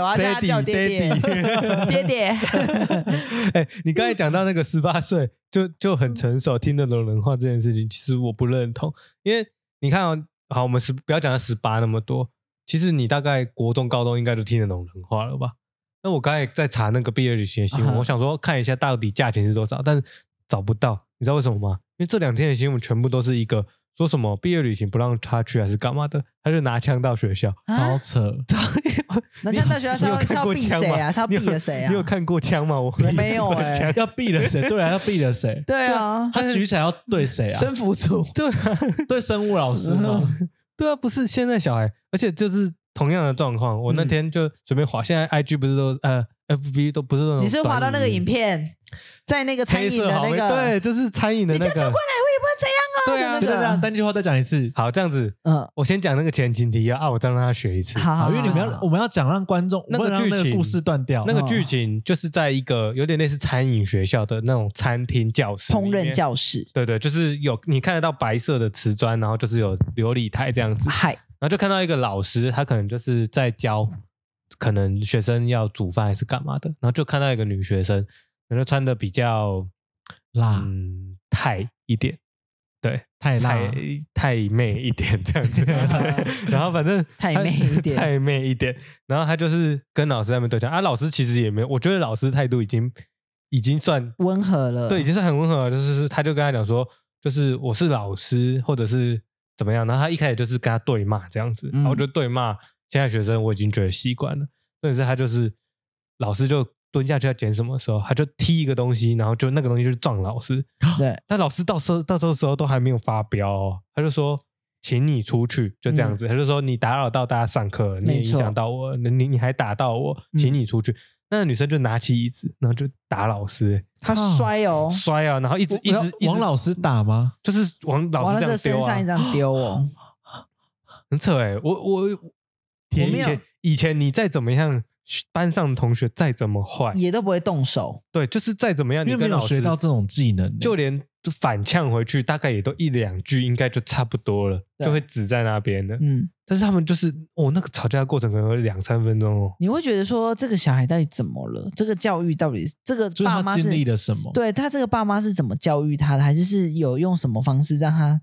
Speaker 3: 我要叫他叫爹爹， 爹爹，
Speaker 1: 哎、你刚才讲到那个十八岁就就很成熟，听得懂人话这件事情，其实我不认同，因为你看、哦，好，我们十不要讲到十八那么多，其实你大概国中、高中应该都听得懂人话了吧？那我刚才在查那个毕业旅行的新闻，
Speaker 2: 啊哈
Speaker 1: 我想说看一下到底价钱是多少，但是找不到，你知道为什么吗？因为这两天的新闻全部都是一个说什么毕业旅行不让他去还是干嘛的，他就拿枪到学校，
Speaker 2: 超
Speaker 3: 啊，
Speaker 2: 扯，
Speaker 3: 那像大学
Speaker 1: 你有
Speaker 3: 校是
Speaker 1: 看
Speaker 3: 要
Speaker 1: 过
Speaker 3: 避
Speaker 1: 枪
Speaker 3: 谁
Speaker 1: 吗？
Speaker 3: 啊？是要
Speaker 1: 你
Speaker 3: 避
Speaker 1: 有
Speaker 3: 了谁啊
Speaker 1: 你？有看过枪吗？ 我
Speaker 3: 我没有
Speaker 1: 看过
Speaker 3: 哎
Speaker 1: 枪
Speaker 2: 要毙了谁？对啊，要毙了谁？
Speaker 3: 对 啊，
Speaker 2: 他举起来要对谁啊？
Speaker 3: 生辅组，
Speaker 1: 对啊，
Speaker 2: 对生物老师吗？
Speaker 1: 对啊，不是现在小孩，而且就是同样的状况。我那
Speaker 2: 嗯
Speaker 1: 天就随便滑，现在 I G 不是都呃 F B 都不是那种
Speaker 3: 你是滑到那个影
Speaker 1: 片
Speaker 3: 片，在那个餐
Speaker 1: 黑
Speaker 3: 饮
Speaker 1: 色
Speaker 3: 的
Speaker 1: 好
Speaker 3: 那
Speaker 1: 味
Speaker 3: 个，
Speaker 1: 对，就是餐饮的
Speaker 3: 你
Speaker 1: 那
Speaker 3: 叫
Speaker 1: 个。
Speaker 3: 叫过来，我也不能这样啊
Speaker 1: 对啊
Speaker 3: 的
Speaker 2: 对
Speaker 3: 那
Speaker 2: 对
Speaker 3: 个
Speaker 2: 对，单句话再讲一次。
Speaker 1: 好，这样子，
Speaker 3: 嗯，
Speaker 1: 我先讲那个前情提要啊，我再让他学一次。
Speaker 3: 好好啊
Speaker 2: 好，
Speaker 3: 好，
Speaker 2: 因为你们要，我们要讲让观众，
Speaker 1: 那个
Speaker 2: 我们要让
Speaker 1: 剧
Speaker 2: 那个
Speaker 1: 情
Speaker 2: 故事断掉。
Speaker 1: 那个
Speaker 3: 哦
Speaker 2: 嗯
Speaker 1: 剧情就是在一个有点类似餐饮学校的那种餐厅教室，
Speaker 3: 烹饪。教室，
Speaker 1: 对对，就是有你看得到白色的瓷砖，然后就是有琉璃台这样子。
Speaker 3: 嗨，
Speaker 1: 然后就看到一个老师，他可能就是在教，可能学生要煮饭还是干嘛的，然后就看到一个女学生，然后穿的比较
Speaker 3: 啊
Speaker 2: 辣
Speaker 1: 嗯泰一点，对，
Speaker 2: 啊太辣
Speaker 1: 泰
Speaker 2: 了，
Speaker 1: 泰妹一点这样 子，对然后反正
Speaker 3: 太
Speaker 1: 她
Speaker 3: 妹一点
Speaker 1: 太妹一点，然后他就是跟老师在那边对讲啊，老师其实也没有，我觉得老师态度已经已经算
Speaker 3: 温和了，
Speaker 1: 对，已经是很温和了，就是他就跟他讲说，就是我是老师，或者是怎么样。然后他一开始就是跟他对骂这样子，
Speaker 3: 嗯
Speaker 1: 然后我就对骂现在学生，我已经觉得习惯了。但是他就是老师就蹲下去要捡什么的时候，他就踢一个东西，然后就那个东西就是撞老师。
Speaker 3: 对，
Speaker 1: 但老师到时候到时候时候都还没有发飙、哦，他就说。请你出去，就这样子。他就说你打扰到大家上课了，你也
Speaker 3: 没
Speaker 1: 影
Speaker 3: 错
Speaker 1: 响到我，你你你还打到我，
Speaker 2: 嗯
Speaker 1: 请你出去。那个女生就拿起椅子，然后就打老师、欸
Speaker 3: 他摔哦，
Speaker 1: 摔啊，然后一直
Speaker 2: 我
Speaker 1: 一直一直
Speaker 2: 王老师打吗？
Speaker 1: 就是往老
Speaker 3: 往
Speaker 1: 师
Speaker 3: 他
Speaker 1: 这
Speaker 3: 这
Speaker 1: 样丢
Speaker 3: 身上一
Speaker 1: 啊，
Speaker 3: 张丢哦，
Speaker 1: 很扯哎、我我
Speaker 3: 没有
Speaker 1: 以前以前你再怎么样，班上同学再怎么坏，
Speaker 3: 也都不会动手，
Speaker 1: 对，就是再怎么样，
Speaker 2: 因为
Speaker 1: 你
Speaker 2: 没
Speaker 1: 跟
Speaker 2: 有
Speaker 1: 老
Speaker 2: 学
Speaker 1: 师
Speaker 2: 到这种技能欸，
Speaker 1: 就连反呛回去，大概也都一两句，应该就差不多了，
Speaker 3: 对
Speaker 1: 就会指在那边的。
Speaker 3: 嗯，
Speaker 1: 但是他们就是哦，那个吵架的过程可能会两三分钟哦。
Speaker 3: 你会觉得说这个小孩到底怎么了？这个教育到底这个
Speaker 2: 就是
Speaker 3: 爸
Speaker 2: 他
Speaker 3: 妈
Speaker 2: 经历
Speaker 3: 是
Speaker 2: 了什么？
Speaker 3: 对他这个爸妈是怎么教育他的，还是是有用什么方式让他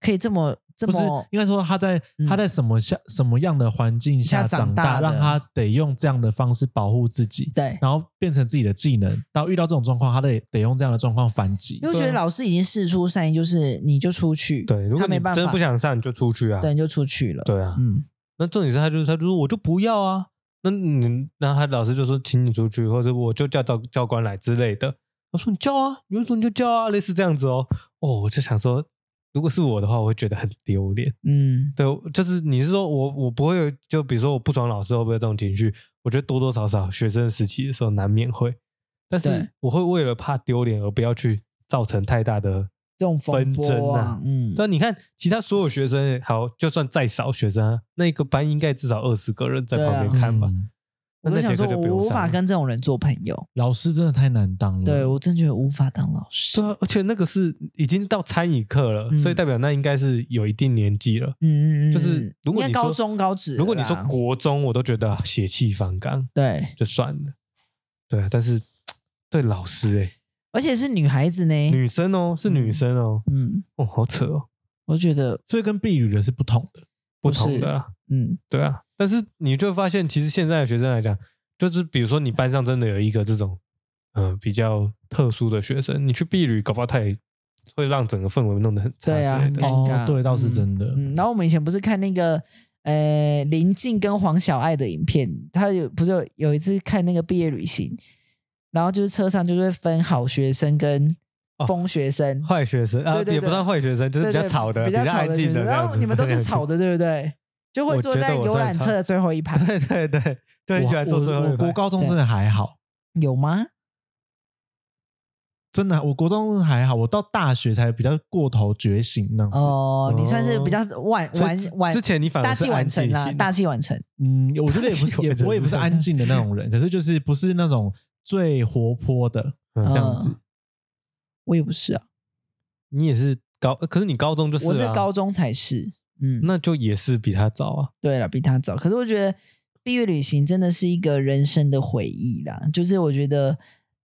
Speaker 3: 可以这么这
Speaker 2: 不是
Speaker 3: 么
Speaker 2: 应该说他在
Speaker 3: 嗯
Speaker 2: 他在什么下什么样的环境下
Speaker 3: 下长
Speaker 2: 长
Speaker 3: 大
Speaker 2: 大，
Speaker 3: 的
Speaker 2: 让他得用这样的方式保护自己，
Speaker 3: 对？
Speaker 2: 然后变成自己的技能。到遇到这种状况，他得得用这样的状况反击
Speaker 3: 因。为我觉得
Speaker 1: 对啊
Speaker 3: 老师已经试出善意，就是你就出去，
Speaker 1: 对，如
Speaker 3: 他
Speaker 1: 果你
Speaker 3: 没办
Speaker 1: 真的
Speaker 3: 法，
Speaker 1: 不想上，你就出去啊。
Speaker 3: 对，你就出去了，
Speaker 1: 对啊，
Speaker 3: 嗯，
Speaker 1: 那重点是他就是他就说我就不要啊，那你那他老师就说请你出去，或者我就叫教教官来之类的。我说你叫啊，有一种你就叫啊，类似这样子哦。哦，我就想说，如果是我的话，我会觉得很丢脸。
Speaker 3: 嗯，
Speaker 1: 对，就是你是说我我不会有，就比如说我不爽老师会不会有这种情绪？我觉得多多少少学生时期的时候难免会，但
Speaker 3: 对
Speaker 1: 是我会为了怕丢脸而不要去造成太大的
Speaker 3: 这种风
Speaker 1: 纷争
Speaker 3: 波
Speaker 1: 啊
Speaker 3: 啊，。嗯，
Speaker 1: 但你看，其他所有学生，好，就算再少学生啊，那个班应该至少二十个人在
Speaker 3: 对啊
Speaker 1: 旁边看吧。
Speaker 2: 嗯
Speaker 1: 那
Speaker 3: 我
Speaker 1: 那
Speaker 3: 就
Speaker 1: 节
Speaker 3: 想说，
Speaker 1: 课就不
Speaker 3: 我
Speaker 1: 用
Speaker 3: 无
Speaker 1: 上
Speaker 3: 法
Speaker 1: 了。嗯
Speaker 3: 跟这种人做朋友，
Speaker 2: 老师真的太难当了。
Speaker 3: 对我真觉得无法当老师
Speaker 1: 对，啊，而且那个是已经到餐饮课了，
Speaker 3: 嗯
Speaker 1: 所以代表那应该是有一定年纪了。
Speaker 3: 嗯嗯嗯，
Speaker 1: 就是如果
Speaker 3: 应
Speaker 1: 你
Speaker 3: 该
Speaker 1: 说
Speaker 3: 高中高职了啦，
Speaker 1: 如果你说国中，我都觉得血气方刚
Speaker 3: 对，
Speaker 1: 就算了。对啊，但是对老师哎、
Speaker 3: 而且是女孩子呢，
Speaker 1: 女生哦，是女生哦，
Speaker 3: 嗯，
Speaker 1: 哦，好扯哦，
Speaker 3: 我觉得
Speaker 2: 所以跟婢女的是不同的。
Speaker 1: 不
Speaker 3: 不是
Speaker 1: 同的啦，
Speaker 3: 嗯，
Speaker 1: 对啊。但是你就会发现，其实现在的学生来讲，就是比如说你班上真的有一个这种，呃，比较特殊的学生，你去避旅，搞不好他也会让整个氛围弄得很差之
Speaker 3: 对啊
Speaker 1: 类
Speaker 3: 很
Speaker 1: 的。
Speaker 3: 尴尬
Speaker 2: 哦，对，倒是真的。
Speaker 3: 嗯，然后我们以前不是看那个呃林静跟黄小爱的影片，他有不是有有一次看那个毕业旅行，然后就是车上就是会分好学生跟
Speaker 1: 哦
Speaker 3: 疯学生，
Speaker 1: 坏学生啊，
Speaker 3: 对对
Speaker 1: 也不
Speaker 3: 对
Speaker 1: 算坏学生，就是比
Speaker 3: 对
Speaker 1: 较
Speaker 3: 对
Speaker 1: 吵的、
Speaker 3: 比较吵
Speaker 1: 安
Speaker 3: 的
Speaker 1: 静
Speaker 3: 学
Speaker 1: 的
Speaker 3: 生
Speaker 1: 这样
Speaker 3: 然
Speaker 1: 子。
Speaker 3: 后你们都是吵
Speaker 1: 的，
Speaker 3: 的，对不对？就会
Speaker 1: 我
Speaker 3: 坐
Speaker 1: 觉得
Speaker 3: 在
Speaker 1: 我
Speaker 3: 游
Speaker 1: 算
Speaker 3: 览
Speaker 1: 吵
Speaker 3: 车的最后 一排，
Speaker 1: 对对对，就很喜欢坐最后
Speaker 2: 我
Speaker 1: 一
Speaker 2: 我国
Speaker 1: 排。
Speaker 2: 高中真的还好，
Speaker 3: 有吗？
Speaker 2: 真的，我国中还好，我到大学才比较过头觉醒那样子。
Speaker 3: 哦，你算是
Speaker 1: 哦
Speaker 3: 比较晚
Speaker 1: 所以之
Speaker 3: 晚晚
Speaker 1: 之前你反而
Speaker 3: 大
Speaker 1: 是
Speaker 3: 器晚
Speaker 1: 安
Speaker 3: 成
Speaker 1: 静
Speaker 3: 啦，
Speaker 1: 型
Speaker 3: 大器晚成。
Speaker 2: 嗯，我觉得也
Speaker 1: 奇
Speaker 2: 不 是，
Speaker 1: 怪
Speaker 2: 也
Speaker 1: 真
Speaker 2: 我也
Speaker 1: 的
Speaker 2: 不是
Speaker 1: 是
Speaker 2: 安静的那种人，可是就是不是那种最活泼的
Speaker 1: 嗯
Speaker 2: 这样子。
Speaker 3: 嗯我也不是啊，
Speaker 1: 你也是高，可是你高中就是、啊、
Speaker 3: 我是高，中才是。嗯，
Speaker 1: 那就也是比他早啊。
Speaker 3: 对了，比他早。可是我觉得毕业旅行真的是一个人生的回忆啦。就是我觉得，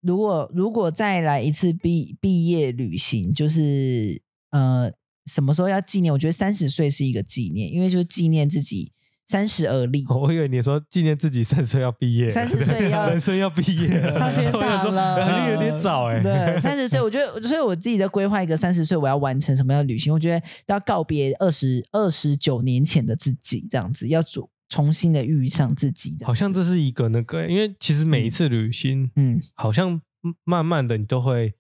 Speaker 3: 如果如果再来一次毕毕业旅行，就是呃，什么时候要纪念？我觉得三十岁是一个纪念，因为就是纪念自己三十而立。
Speaker 1: 哦我以为你说纪念自己三十岁要毕业了，
Speaker 3: 30 岁要
Speaker 1: 人生要毕业了，
Speaker 3: 上天 堂了嗯
Speaker 1: 我想说好像有点早哎、
Speaker 3: 对，三十岁，我觉得，所以我自己在规划一个三十岁我要完成什么样的旅行，我觉得要告别二十二十九年前的自己，这样子要重重新的遇上自己的，
Speaker 1: 好像这是一个那个欸、因为其实每一次旅行，
Speaker 3: 嗯
Speaker 1: 好像慢慢的你都会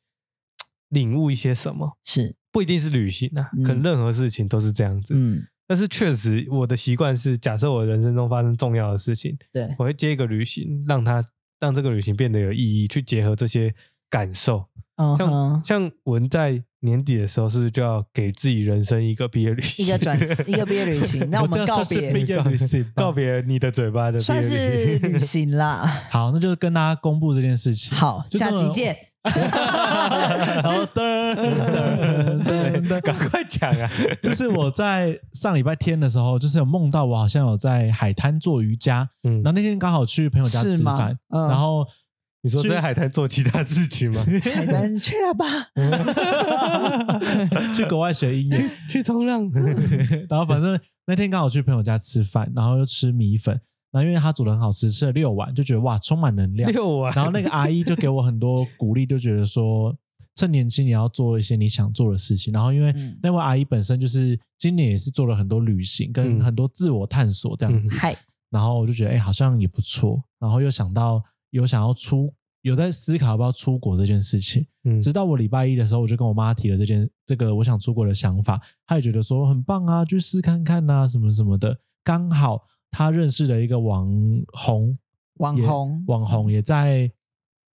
Speaker 1: 领悟一些什么，
Speaker 3: 是
Speaker 1: 不一定是旅行啊，
Speaker 3: 嗯
Speaker 1: 可能任何事情都是这样子。
Speaker 3: 嗯
Speaker 1: 但是确实，我的习惯是，假设我人生中发生重要的事情，
Speaker 3: 对
Speaker 1: 我会接一个旅行，让它让这个旅行变得有意义，去结合这些感受。
Speaker 3: 嗯
Speaker 1: 像、
Speaker 3: 哼，
Speaker 1: 像文在年底的时候，是不是就要给自己人生一个毕业旅行，
Speaker 3: 一 个转一个毕业旅行，那我们告别
Speaker 2: 业旅行吧
Speaker 1: 告别你的嘴巴的毕业
Speaker 3: 算
Speaker 1: 旅行
Speaker 3: 是旅行 啦。
Speaker 2: 好，那就跟大家公布这件事情。
Speaker 3: 好，
Speaker 2: 就这啊
Speaker 3: 下
Speaker 2: 么
Speaker 3: 集见。
Speaker 2: 然后噔噔噔
Speaker 1: 对
Speaker 2: 噔，
Speaker 1: 赶快讲啊！
Speaker 2: 就是我在上礼拜天的时候，就是有梦到我好像有在海滩做瑜伽，
Speaker 1: 嗯
Speaker 2: 然后那天刚好去朋友家
Speaker 3: 是
Speaker 2: 吃
Speaker 3: 吗
Speaker 2: 饭，
Speaker 3: 嗯
Speaker 2: 然后
Speaker 1: 你说
Speaker 2: 去
Speaker 1: 在海滩做其他事情 吗？
Speaker 3: 海南去了吧？
Speaker 2: 去国外学音乐，
Speaker 1: 去冲 浪，
Speaker 2: 然后反正那天刚好去朋友家吃饭，然后又吃米粉，然后因为他煮的很好吃，吃了六碗，就觉得哇，充满能量。
Speaker 1: 遛啊！
Speaker 2: 然后那个阿姨就给我很多鼓励，就觉得说，趁年轻你要做一些你想做的事情。然后因为
Speaker 3: 嗯
Speaker 2: 那位阿姨本身就是今年也是做了很多旅行跟
Speaker 1: 嗯
Speaker 2: 很多自我探索这样子，
Speaker 3: 嗨，
Speaker 2: 然后我就觉得哎、好像也不错。然后又想到有想要出，有在思考要不要出国这件事情。
Speaker 1: 嗯
Speaker 2: 直到我礼拜一的时候，我就跟我妈提了这件这个我想出国的想法，她也觉得说很棒啊，去试看看啊，什么什么的。刚好她认识了一个网红，
Speaker 3: 网
Speaker 2: 也
Speaker 3: 红
Speaker 2: 网红也在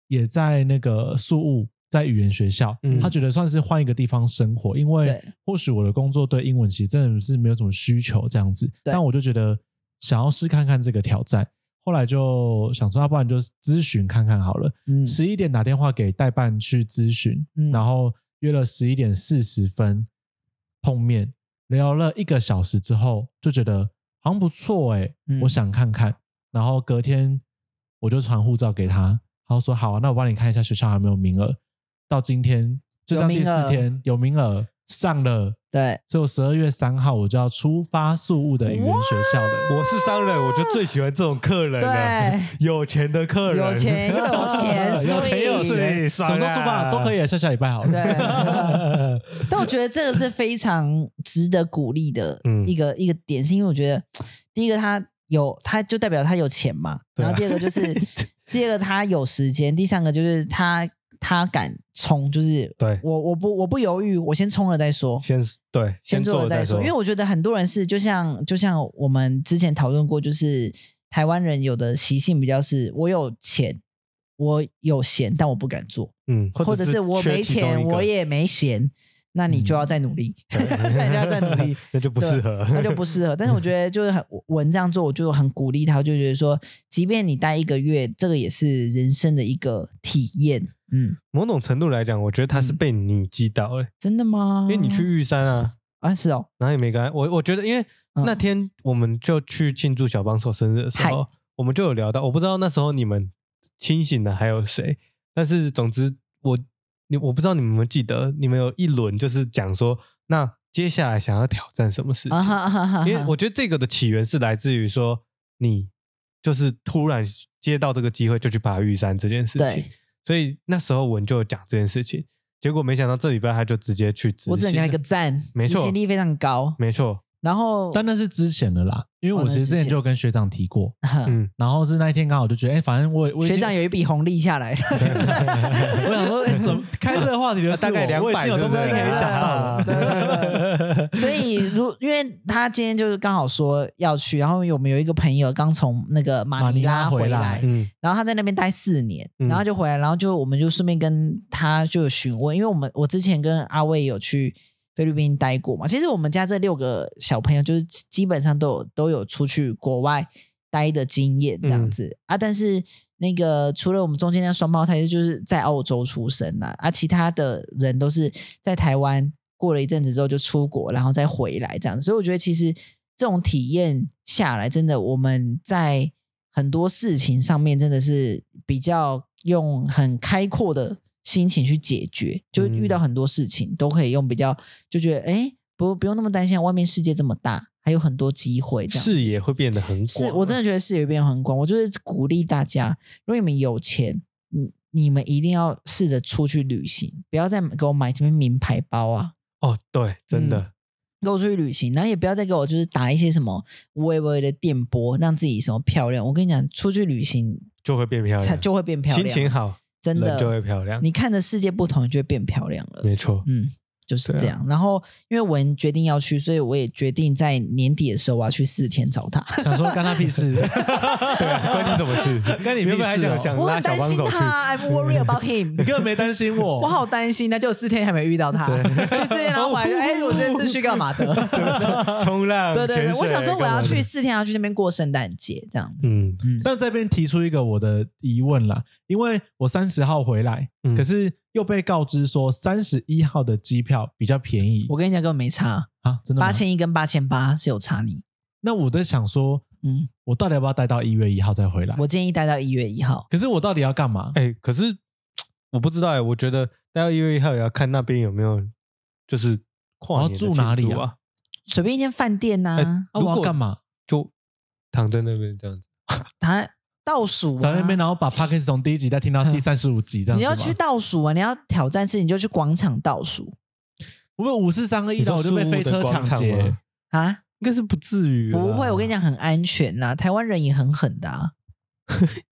Speaker 2: 也在那个宿务，在语言学校，
Speaker 1: 嗯
Speaker 2: 她觉得算是换一个地方生活，因为
Speaker 3: 对
Speaker 2: 或许我的工作对英文其实真的是没有什么需求这样子，
Speaker 3: 对
Speaker 2: 但我就觉得想要试看看这个挑战。后来就想说，要不然就咨询看看好了。
Speaker 3: 嗯
Speaker 2: 十一点打电话给代办去咨询，
Speaker 3: 嗯
Speaker 2: 然后约了十一点四十分碰面，聊了一个小时之后，就觉得好像不错哎、
Speaker 3: 嗯
Speaker 2: 我想看看。然后隔天我就传护照给他，他说好、啊，那我帮你看一下学校还有没有名额。到今天就到第
Speaker 3: 有名
Speaker 2: 四
Speaker 3: 额
Speaker 2: 天有名额上了，
Speaker 3: 对，
Speaker 2: 所以我十二月三号我就要出发宿务的语言学校了。
Speaker 1: 我是商人，我就最喜欢这种客人了
Speaker 3: 对，
Speaker 1: 有钱的客人，
Speaker 3: 有钱又有闲， 所
Speaker 2: 有钱
Speaker 3: 以
Speaker 2: 有
Speaker 1: 所以
Speaker 2: 闲，什么时候出
Speaker 1: 爽啊
Speaker 2: 发都可以，下下礼拜好了。
Speaker 3: 对但我觉得这个是非常值得鼓励的
Speaker 1: 嗯
Speaker 3: 一个、一个点，是因为我觉得第一个他有，他就代表他有钱嘛，
Speaker 1: 对啊
Speaker 3: 然后第二个就是第二个他有时间，第三个就是他他敢冲，就是
Speaker 1: 对，
Speaker 3: 我我不我不犹豫，我先冲了再说。
Speaker 1: 先对，
Speaker 3: 先做
Speaker 1: 做
Speaker 3: 了
Speaker 1: 了
Speaker 3: 再
Speaker 1: 说，
Speaker 3: 说，因为我觉得很多人是就像就像我们之前讨论过，就是台湾人有的习性比较是，我有钱，我有闲，但我不敢做。
Speaker 1: 嗯，
Speaker 3: 或
Speaker 1: 者
Speaker 3: 者是我
Speaker 1: 缺
Speaker 3: 没
Speaker 1: 其中
Speaker 3: 钱，
Speaker 1: 一个嗯
Speaker 3: 我也没闲，那你就要再努力， 那你就要再努力，，
Speaker 1: 那就不适合，
Speaker 3: 那就不适合。但是我觉得就是很文这样做，我就很鼓励他，我就觉得说，即便你待一个月，这个也是人生的一个体验。嗯，
Speaker 1: 某种程度来讲，我觉得他是被你击倒了，
Speaker 3: 真的吗？
Speaker 1: 因为你去玉山啊，
Speaker 3: 啊，是哦，
Speaker 1: 然后也没干，我我觉得，因为
Speaker 3: 嗯
Speaker 1: 那天我们就去庆祝小帮手生日的时候，我们就有聊到，我不知道那时候你们清醒的还有谁，但是总之我你我不知道你们有没有记得，你们有一轮就是讲说，那接下来想要挑战什么事情？
Speaker 3: 啊哈啊哈哈哈，
Speaker 1: 因为我觉得这个的起源是来自于说，你就是突然接到这个机会就去爬玉山这件事情
Speaker 3: 对，，
Speaker 1: 所以那时候文就有讲这件事情，结果没想到这礼拜他就直接去执行了，
Speaker 3: 我只能给他一个赞，
Speaker 1: 没
Speaker 3: 执
Speaker 1: 错
Speaker 3: 行力非常高。
Speaker 1: 没错，
Speaker 3: 然后，
Speaker 2: 但那是之前的啦，因为
Speaker 3: 哦
Speaker 2: 我
Speaker 3: 那
Speaker 2: 其实
Speaker 3: 之
Speaker 2: 之前
Speaker 3: 前
Speaker 2: 就有跟学长提过，
Speaker 3: 哼
Speaker 1: 嗯，
Speaker 2: 然后是那一天刚好就觉得，哎、反正 我也我已
Speaker 3: 学
Speaker 2: 经
Speaker 3: 长有一笔红利下 来了，
Speaker 2: 我想说，哎，怎么开这个话题的是我
Speaker 1: 大概两
Speaker 2: 我已
Speaker 1: 百，
Speaker 2: 经有东西
Speaker 1: 对不
Speaker 2: 可
Speaker 1: 对
Speaker 2: 以想到了。
Speaker 3: 对对对对所以如如因为他今天就是刚好说要去，然后我们有一个朋友刚从那个马
Speaker 2: 马
Speaker 3: 尼
Speaker 2: 尼拉
Speaker 3: 拉回
Speaker 2: 回来
Speaker 3: 来，
Speaker 1: 嗯
Speaker 3: 然后他在那边待四年，
Speaker 1: 嗯
Speaker 3: 然后就回来，然后就我们就顺便跟他就有询问，因为我们我之前跟阿卫有去菲律宾待过嘛，其实我们家这六个小朋友就是基本上都有都有出去国外待的经验这样子、啊，但是那个除了我们中间那双胞胎就是在澳洲出生啦，啊，其他的人都是在台湾过了一阵子之后就出国，然后再回来这样子，所以我觉得其实这种体验下来，真的我们在。很多事情上面真的是比较用很开阔的心情去解决，就遇到很多事情都可以用比较就觉得哎，诶不不用那么担心啊，外面世界这么大，还有很多机会这
Speaker 1: 嗯
Speaker 3: 样。
Speaker 1: 视野会变得很广。
Speaker 3: 是我真的觉得视野变很广，我就是鼓励大家，如果你们有钱，你你们一定要试着出去旅行，不要再给我买什么名牌包啊，
Speaker 1: 哦，对，真的，
Speaker 3: 嗯跟我出去旅行，然后也不要再给我就是打一些什么微微的电波，让自己什么漂亮。我跟你讲，出去旅行
Speaker 1: 就会变漂
Speaker 3: 才
Speaker 1: 亮，
Speaker 3: 就会变漂亮。
Speaker 1: 哎心情好，
Speaker 3: 真的
Speaker 1: 人就会漂亮
Speaker 3: 你看的世界不同，你就会变漂亮了。
Speaker 1: 没错。
Speaker 3: 嗯，就是
Speaker 1: 啊
Speaker 3: 这样。然后因为文决定要去，所以我也决定在年底的时候我要去四天找他。
Speaker 2: 想说干他屁事，
Speaker 1: 对啊，关你什么事？
Speaker 2: 关你屁事
Speaker 1: 原
Speaker 2: 哦
Speaker 1: 本还想想
Speaker 3: 我
Speaker 1: 拉
Speaker 3: 很
Speaker 1: 小
Speaker 3: 担
Speaker 1: 帮
Speaker 3: 心
Speaker 1: 手去，
Speaker 3: 他，I'm worried about
Speaker 2: 你
Speaker 3: him。
Speaker 2: 根本没担心我，
Speaker 3: 我好担心，那就四天还没遇到他，去四天然后回来 就，哎，我这次去干嘛的？
Speaker 1: 冲浪，
Speaker 3: 对对
Speaker 1: 潜
Speaker 3: 对，
Speaker 1: 水
Speaker 3: 我想说我要
Speaker 1: 干嘛
Speaker 3: 去
Speaker 1: 的
Speaker 3: 四天，要去那边过圣诞节这样子。
Speaker 1: 嗯
Speaker 3: 嗯，
Speaker 2: 但这边提出一个我的疑问啦，因为我三十号回来，
Speaker 1: 嗯
Speaker 2: 可是又被告知说三十一号的机票比较便宜
Speaker 3: 我跟你讲，根本没差，
Speaker 2: 啊，真的吗
Speaker 3: 八？千一跟八千八是有差你。
Speaker 2: 那我在想说，
Speaker 3: 嗯，
Speaker 2: 我到底要不要待到一月一号再回来？
Speaker 3: 我建议待到一月一号。
Speaker 2: 可是我到底要干嘛？
Speaker 1: 哎、可是我不知道哎、我觉得待到一月一号也要看那边有没有，就是跨
Speaker 2: 我
Speaker 1: 年
Speaker 2: 要
Speaker 1: 的
Speaker 2: 住哪
Speaker 1: 庆
Speaker 2: 里
Speaker 1: 祝
Speaker 2: 啊
Speaker 1: 啊？
Speaker 3: 随便一间饭店呐、
Speaker 1: 哎
Speaker 2: 啊
Speaker 1: 如
Speaker 2: 我要
Speaker 1: 果
Speaker 2: 干嘛？
Speaker 1: 就躺在那边这样子。
Speaker 3: 他倒数、啊，
Speaker 2: 在那边，然后把 p o c k e t 从第一集再听 到第三十五集这样
Speaker 3: 你
Speaker 2: 子吗
Speaker 3: 要去倒数啊！你要挑战是，你就去广场倒数
Speaker 2: 我有五四三二一，
Speaker 1: 你
Speaker 2: 然
Speaker 1: 说
Speaker 2: 后我就被
Speaker 1: 宿
Speaker 2: 飞
Speaker 1: 务的
Speaker 2: 车抢
Speaker 1: 广场
Speaker 2: 劫
Speaker 1: 吗。
Speaker 3: 啊！
Speaker 1: 应该是不至于啦。
Speaker 3: 不
Speaker 2: 啊
Speaker 3: 会，我跟你讲，很安全啦。台湾人也很狠的、 啊，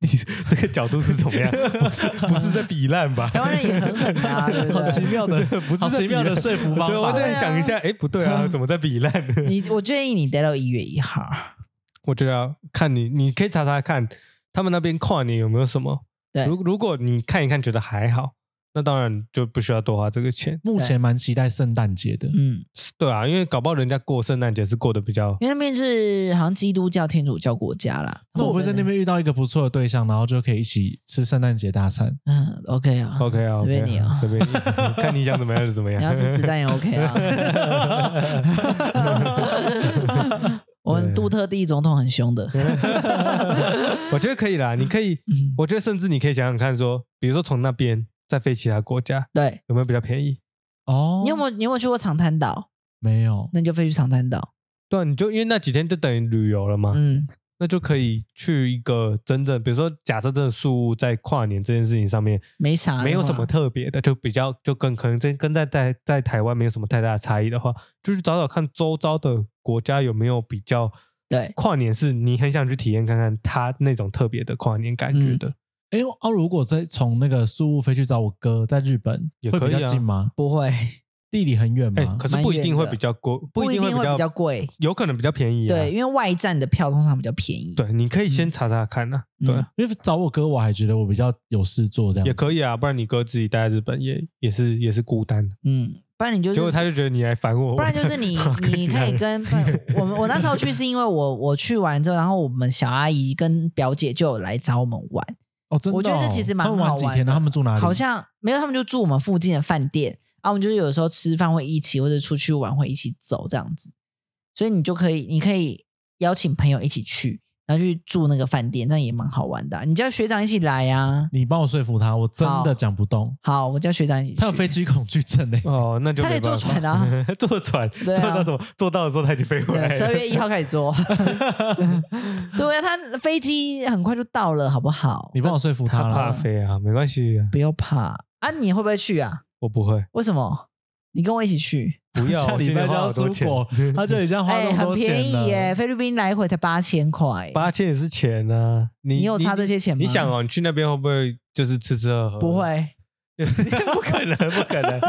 Speaker 1: 你这个角度是怎么样？ 不是不是在比烂 吧？
Speaker 3: 台湾人也很狠的、啊，对不
Speaker 2: 好奇
Speaker 3: 对？
Speaker 2: 妙的
Speaker 1: 对不是
Speaker 2: 好
Speaker 1: 在
Speaker 2: 奇
Speaker 1: 比
Speaker 2: 妙的
Speaker 1: 烂
Speaker 2: 说服方
Speaker 1: 对，我
Speaker 2: 法
Speaker 1: 在想一下，哎、不对啊，怎么在比烂？
Speaker 3: 你我建议你待到一月一号，
Speaker 1: 我觉得啊看你，你可以查查看他们那边跨年有没有什么。
Speaker 3: 对
Speaker 1: 如如果你看一看觉得还好，那当然就不需要多花这个钱。
Speaker 2: 目前蛮期待圣诞节的，
Speaker 3: 嗯，
Speaker 1: 对啊，因为搞不好人家过圣诞节是过得比较
Speaker 3: 因为那边是好像基督教、天主教国家啦。
Speaker 2: 那我会
Speaker 3: 真
Speaker 2: 在
Speaker 3: 的
Speaker 2: 那，边遇到一个不错的对象，然后就可以一起吃圣诞节大餐。
Speaker 3: 嗯，OK 啊
Speaker 1: OK 啊，
Speaker 3: 随便
Speaker 1: OK
Speaker 3: 你啊
Speaker 1: 随便你， 看你想怎么样就怎么样。
Speaker 3: 你要吃子弹也 OK 啊。我们杜特地总统很凶的，
Speaker 1: 我觉得可以啦，你可以，
Speaker 3: 嗯
Speaker 1: 我觉得甚至你可以想想看说，比如说从那边再飞其他国家，
Speaker 3: 对。
Speaker 1: 有没有比较便宜？
Speaker 2: 哦，
Speaker 3: 你有没有你有没有去过长滩岛？
Speaker 2: 没有？
Speaker 3: 那你就飞去长滩岛。
Speaker 1: 对啊，你就因为那几天就等于旅游了嘛，
Speaker 3: 嗯，
Speaker 1: 那就可以去一个真正，比如说假设真的宿务在跨年这件事情上面
Speaker 3: 没啥的话，
Speaker 1: 没有什么特别的，就比较就跟可能真跟在在在台湾没有什么太大的差异的话，就去找找看周遭的国家有没有比较
Speaker 3: 对
Speaker 1: 跨年是你很想去体验看看他那种特别的跨年感
Speaker 3: 嗯
Speaker 1: 觉的，
Speaker 2: 哎，哦，如果再从那个苏雾飞去找我哥，在日本
Speaker 1: 也
Speaker 2: 会
Speaker 1: 可
Speaker 2: 比
Speaker 1: 以啊
Speaker 2: 较近吗？
Speaker 3: 不会，
Speaker 2: 地理很远
Speaker 1: 哎、
Speaker 2: 吗？
Speaker 1: 可是不一定会比较贵，
Speaker 3: 不
Speaker 1: 一定
Speaker 3: 会
Speaker 1: 比
Speaker 3: 比较贵。
Speaker 1: 有可能比较便宜、啊。
Speaker 3: 对，因为外站的票通常比较便宜。
Speaker 1: 对，你可以先查查看啊，
Speaker 3: 嗯
Speaker 1: 对
Speaker 3: 嗯
Speaker 1: 啊，
Speaker 2: 因为找我哥，我还觉得我比较有事做这样。
Speaker 1: 也可以啊，不然你哥自己待在日本也也是也是孤单的，
Speaker 3: 嗯，不然你就是
Speaker 1: 结果他就觉得你来烦我，
Speaker 3: 不然就是 你
Speaker 1: 我，
Speaker 3: 你可以跟不然我们我那时候去是因为我我去完之后，然后我们小阿姨跟表姐就有来找我们玩，
Speaker 2: 哦，真的哦。
Speaker 3: 我觉得这其实蛮
Speaker 2: 他
Speaker 3: 好
Speaker 2: 们
Speaker 3: 玩
Speaker 2: 玩
Speaker 3: 的。
Speaker 2: 几天呢？他们住哪里？
Speaker 3: 好像没有，他们就住我们附近的饭店啊。我们就是有时候吃饭会一起，或者出去玩会一起走这样子，所以你就可以，你可以邀请朋友一起去，然后去住那个饭店，这样也蛮好玩的啊、你叫学长一起来啊。
Speaker 2: 你帮我说服他，我真的讲不动。
Speaker 3: 好，我叫学长一起去。
Speaker 2: 他有飞机恐惧症哎，
Speaker 3: 嗯
Speaker 1: 哦，那就
Speaker 3: 他可
Speaker 1: 没
Speaker 3: 以
Speaker 1: 办法
Speaker 3: 坐船啊，
Speaker 1: 坐船坐
Speaker 3: 对啊
Speaker 1: 到什么？坐到的时候他已经飞回来
Speaker 3: 对，十二
Speaker 1: 了。
Speaker 3: 月一号开始 坐。 对啊，他飞机很快就到了，好不好
Speaker 2: 你？帮我说服
Speaker 1: 他
Speaker 2: 他
Speaker 1: 怕
Speaker 2: 了。
Speaker 1: 飞啊，没关系啊，
Speaker 3: 不要怕啊！你会不会去啊？
Speaker 1: 我不会，
Speaker 3: 为什么？你跟我一起去？
Speaker 1: 不要，
Speaker 2: 下
Speaker 1: 我
Speaker 2: 礼
Speaker 1: 今
Speaker 2: 拜
Speaker 1: 天
Speaker 2: 就
Speaker 1: 花
Speaker 2: 要
Speaker 1: 好多
Speaker 2: 出
Speaker 1: 钱，
Speaker 2: 国，他就已经花
Speaker 3: 哎、
Speaker 2: 那么
Speaker 3: 很
Speaker 2: 多
Speaker 3: 便
Speaker 2: 钱
Speaker 3: 宜
Speaker 2: 了。
Speaker 3: 耶！菲律宾来回才八千块，
Speaker 1: 八千也是钱啊，你
Speaker 3: 你有差这些钱吗
Speaker 2: 哦
Speaker 1: 你想哦，你去那边会不会就是吃吃喝喝？
Speaker 3: 不，会。
Speaker 1: 不可能，不可
Speaker 3: ，
Speaker 1: 能。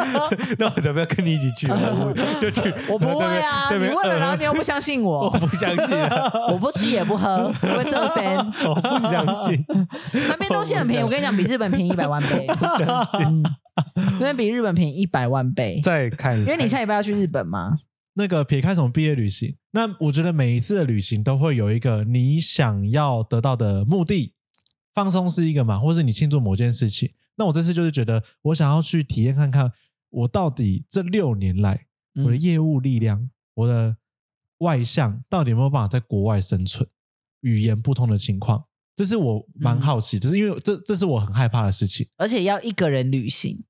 Speaker 1: 那我怎么要跟你一起去？啊我不就去
Speaker 3: 我不会啊，
Speaker 1: 这
Speaker 3: 你
Speaker 1: 边嗯
Speaker 3: 问
Speaker 2: 呃
Speaker 3: 了，然后你又不相信
Speaker 1: 我
Speaker 3: 我，
Speaker 1: 不相信啊，
Speaker 3: 我不吃也不喝，我折身。
Speaker 1: 我不相 信。
Speaker 3: 那边东西 很便
Speaker 2: 哦
Speaker 3: 宜，我跟你讲，比日本便宜一百万倍，嗯，那边比日本便宜一百万倍。
Speaker 1: 再看，
Speaker 3: 因为你下礼拜要去日本嘛，
Speaker 2: 那个撇开什么毕业旅行，那我觉得每一次的旅行都会有一个你想要得到的目的，放松是一个嘛，或是你庆祝某件事情。那我这次就是觉得我想要去体验看看，我到底这六年来
Speaker 3: 嗯
Speaker 2: 我的业务力量、我的外向到底有没有办法在国外生存，语言不通的情况，这是我
Speaker 3: 嗯
Speaker 2: 蛮好奇的，就是因为这这是我很害怕的事情。
Speaker 3: 而且要一个人旅行，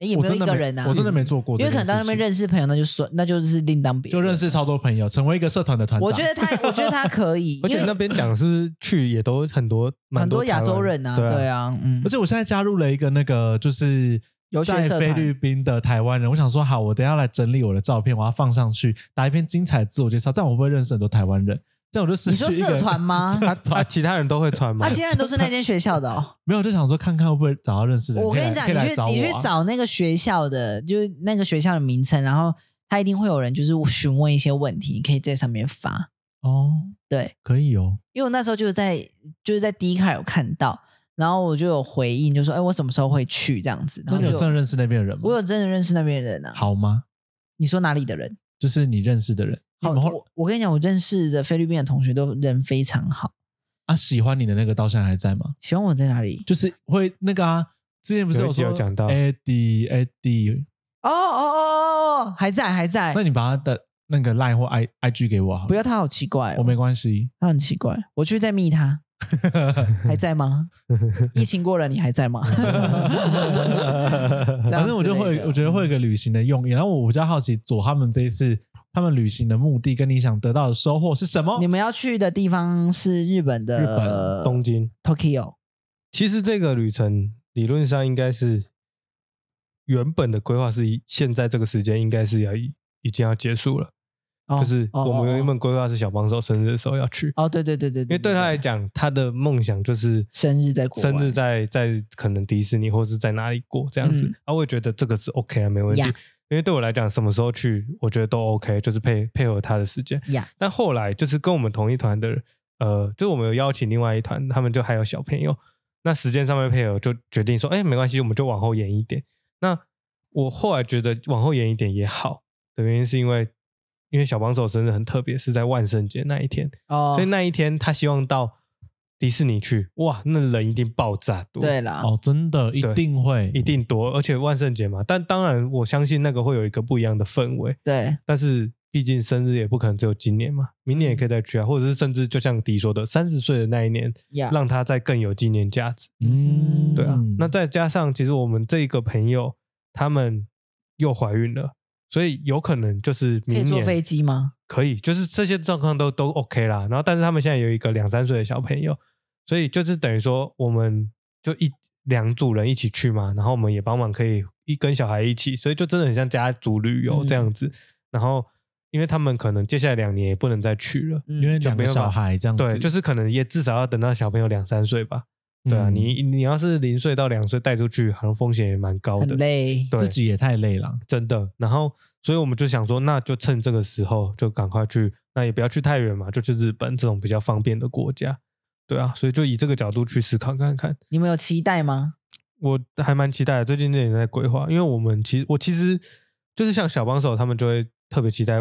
Speaker 3: 诶也
Speaker 2: 我
Speaker 3: 没有
Speaker 2: 真
Speaker 3: 一
Speaker 2: 的
Speaker 3: 个人啊，
Speaker 2: 我真的没做过这
Speaker 3: 因为
Speaker 2: 件事情，
Speaker 3: 可能到那边认识朋友，那就算，那就是另当别
Speaker 2: 就认
Speaker 3: 论。
Speaker 2: 识超多朋友，成为一个社团的团长。
Speaker 3: 我觉得他，我觉得他可以，
Speaker 1: 而
Speaker 3: 因
Speaker 1: 且那
Speaker 3: 为
Speaker 1: 边讲是不是去也都很多，蛮
Speaker 3: 很多亚
Speaker 1: 台湾
Speaker 3: 洲人啊，
Speaker 1: 对
Speaker 3: 对，啊，嗯
Speaker 2: 而，且我现在加入了一个那个就是
Speaker 3: 游学
Speaker 2: 在
Speaker 3: 社
Speaker 2: 菲
Speaker 3: 团
Speaker 2: 律宾的台湾人，我想说好，我等一下来整理我的照片，我要放上去，打一篇精彩的自我介绍，这样我会不会认识很多台湾人？这样我就失
Speaker 3: 你
Speaker 2: 去
Speaker 3: 说
Speaker 2: 一个
Speaker 3: 社团 吗？
Speaker 1: 他他其他人都会穿吗
Speaker 3: 啊，？其他人都是那间学校的哦。
Speaker 2: 没有，就想说看看会不会找到认识的人。
Speaker 3: 我跟你讲，
Speaker 2: 可以
Speaker 3: 你
Speaker 2: 来
Speaker 3: 去你
Speaker 2: 可以
Speaker 3: 去
Speaker 2: 来找我啊
Speaker 3: 找那个学校的，就是那个学校的名称，然后他一定会有人就是询问一些问题，你可以在上面发。
Speaker 2: 哦，
Speaker 3: 对，
Speaker 2: 可以哦，
Speaker 3: 因为我那时候就是在就是在 D 卡有看到，然后我就有回应，就说哎，我什么时候会去这样子，然
Speaker 2: 那
Speaker 3: 后
Speaker 2: 你有
Speaker 3: 就
Speaker 2: 真的认识那边的人吗？
Speaker 3: 我有真的认识那边的人啊。
Speaker 2: 好吗？
Speaker 3: 你说哪里的人？
Speaker 2: 就是你认识的人，你
Speaker 3: 好，
Speaker 2: 们后
Speaker 3: 我我跟你讲，我认识的菲律宾的同学都人非常好。
Speaker 2: 啊喜欢你的那个到现在还在吗？
Speaker 3: 喜欢我在哪里？
Speaker 2: 就是会那个啊，之前不是
Speaker 1: 有一集
Speaker 2: 说
Speaker 1: 有讲到
Speaker 2: Eddie Eddie，
Speaker 3: 哦哦哦哦哦，还在还在
Speaker 2: 那。你把他的那个 Line 或 I IG 给我好了，
Speaker 3: 不要，他好奇怪、哦，
Speaker 2: 我没关系。
Speaker 3: 他很奇怪。我去再密他。 还在吗？疫情过了，你还在 吗？这样
Speaker 2: 反正我就
Speaker 3: 之类
Speaker 2: 会，
Speaker 3: 的
Speaker 2: 我觉得会有一个旅行的用意。然后我比较好奇，左他们这一次他们旅行的目的跟你想得到的收获是什么
Speaker 3: 你？们要去的地方是日本的
Speaker 2: 日本
Speaker 1: 东京。
Speaker 3: Tokyo，
Speaker 1: 其实这个旅程理论上应该是原本的规划是以现在这个时间应该是要已已经要结束了，
Speaker 3: 哦
Speaker 1: 就是
Speaker 3: 哦
Speaker 1: 我们
Speaker 3: 哦
Speaker 1: 原本规划是小帮手生日的时候要去，
Speaker 3: 哦，对对对对
Speaker 1: 因为对他来，讲，他的梦想就是
Speaker 3: 生日在国外
Speaker 1: 生日在在可能迪士尼或是在哪里过这样子
Speaker 3: 嗯，
Speaker 1: 啊，我也觉得这个是 OK 啊，没问题
Speaker 3: 呀。
Speaker 1: 因为对我来讲，什么时候去，我觉得都 OK，就是配配合他的时间。
Speaker 3: 呀，
Speaker 1: 但后来就是跟我们同一团的，呃，就是我们有邀请另外一团，他们就还有小朋友，那时间上面配合就决定说，哎，没关系，我们就往后延一点。那我后来觉得往后延一点也好的原因，是因为因为小帮手生日很特别，是在万圣节那一天，
Speaker 3: 哦
Speaker 1: 所以那一天他希望到迪士尼去，哇，那人一定爆炸多，
Speaker 3: 对，啦，
Speaker 2: 哦，真的一
Speaker 1: 对
Speaker 2: 定会，
Speaker 1: 一定多，而且万圣节嘛，但当然我相信那个会有一个不一样的氛围，
Speaker 3: 对，
Speaker 1: 但是毕竟生日也不可能只有今年嘛，明年也可以再
Speaker 3: 嗯
Speaker 1: 去啊，或者是甚至就像迪说的，三十岁的那一年，
Speaker 3: 呀，
Speaker 1: 让他再更有纪念价值，
Speaker 2: 嗯，
Speaker 1: 对啊，那再加上其实我们这个朋友他们又怀孕了，所以有可能就是
Speaker 3: 可以
Speaker 1: 明
Speaker 3: 坐
Speaker 1: 年
Speaker 3: 飞机吗？
Speaker 1: 可以，就是这些状况都都 OK 啦。然后，但是他们现在有一个两三岁的小朋友，所以就是等于说，我们就一两组人一起去嘛，然后我们也帮忙可以一跟小孩一起，所以就真的很像家族旅游这
Speaker 2: 嗯
Speaker 1: 样子。然后，因为他们可能接下来两年也不能再去了，
Speaker 3: 嗯
Speaker 2: 因为
Speaker 1: 就
Speaker 2: 两
Speaker 1: 没
Speaker 2: 个
Speaker 1: 有办
Speaker 2: 小
Speaker 1: 法
Speaker 2: 孩这样子，
Speaker 1: 对，就是可能也至少要等到小朋友两三岁吧。对啊，
Speaker 2: 嗯
Speaker 1: 你你要是零岁到两岁带出去，好像风险也蛮高
Speaker 3: 很
Speaker 1: 的。
Speaker 3: 累，
Speaker 1: 对
Speaker 2: 自己也太累了，
Speaker 1: 真的。然后，所以我们就想说，那就趁这个时候就赶快去，那也不要去太远嘛，就去日本这种比较方便的国家，对啊。所以就以这个角度去思考看看，
Speaker 3: 你们有期待吗？
Speaker 1: 我还蛮期待的。最近这也在规划，因为我们其实我其实就是像小帮手他们就会特别期待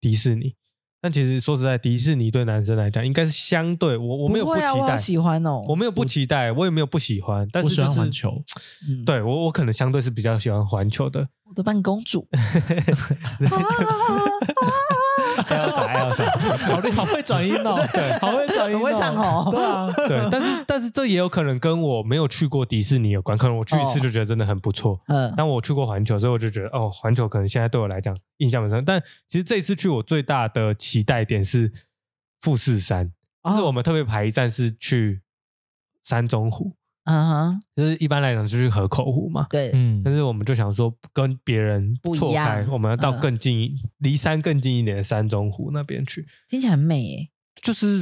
Speaker 1: 迪士尼。但其实说实在，迪士尼对男生来讲应该是相对我我没有不期
Speaker 3: 会啊，我
Speaker 1: 待，
Speaker 3: 好喜欢哦，
Speaker 1: 我没有不期待，我也没有不喜欢，但
Speaker 2: 我
Speaker 1: 是、
Speaker 2: 喜
Speaker 1: 就是、
Speaker 2: 欢环球，
Speaker 3: 嗯，
Speaker 1: 对我我可能相对是比较喜欢环球的，
Speaker 3: 我的扮公 主，
Speaker 1: 还有啥还有啥，
Speaker 2: 好厉好会转音 哦，对，好会转音哦，
Speaker 3: 很会唱哦
Speaker 2: 对啊，
Speaker 1: 对，但 是但是这也有可能跟我没有去过迪士尼有关，可能我去一次
Speaker 3: 哦
Speaker 1: 就觉得真的很不错。
Speaker 3: 嗯，
Speaker 1: 但我去过环球，所以我就觉得哦，环球可能现在对我来讲印象很深。但其实这一次去，我最大的期待点是富士山，
Speaker 3: 哦
Speaker 1: 就是我们特别排一站是去山中湖，
Speaker 3: 嗯哼，
Speaker 1: 就是一般来讲就是去河口湖嘛。
Speaker 3: 对，
Speaker 2: 嗯
Speaker 1: 但，是我们就想说跟别人
Speaker 3: 不一
Speaker 1: 错开，
Speaker 3: 样
Speaker 1: 我们要到
Speaker 3: 嗯
Speaker 1: 更近一、离山更近一点的山中湖那边去。
Speaker 3: 听起来很美耶，
Speaker 1: 就是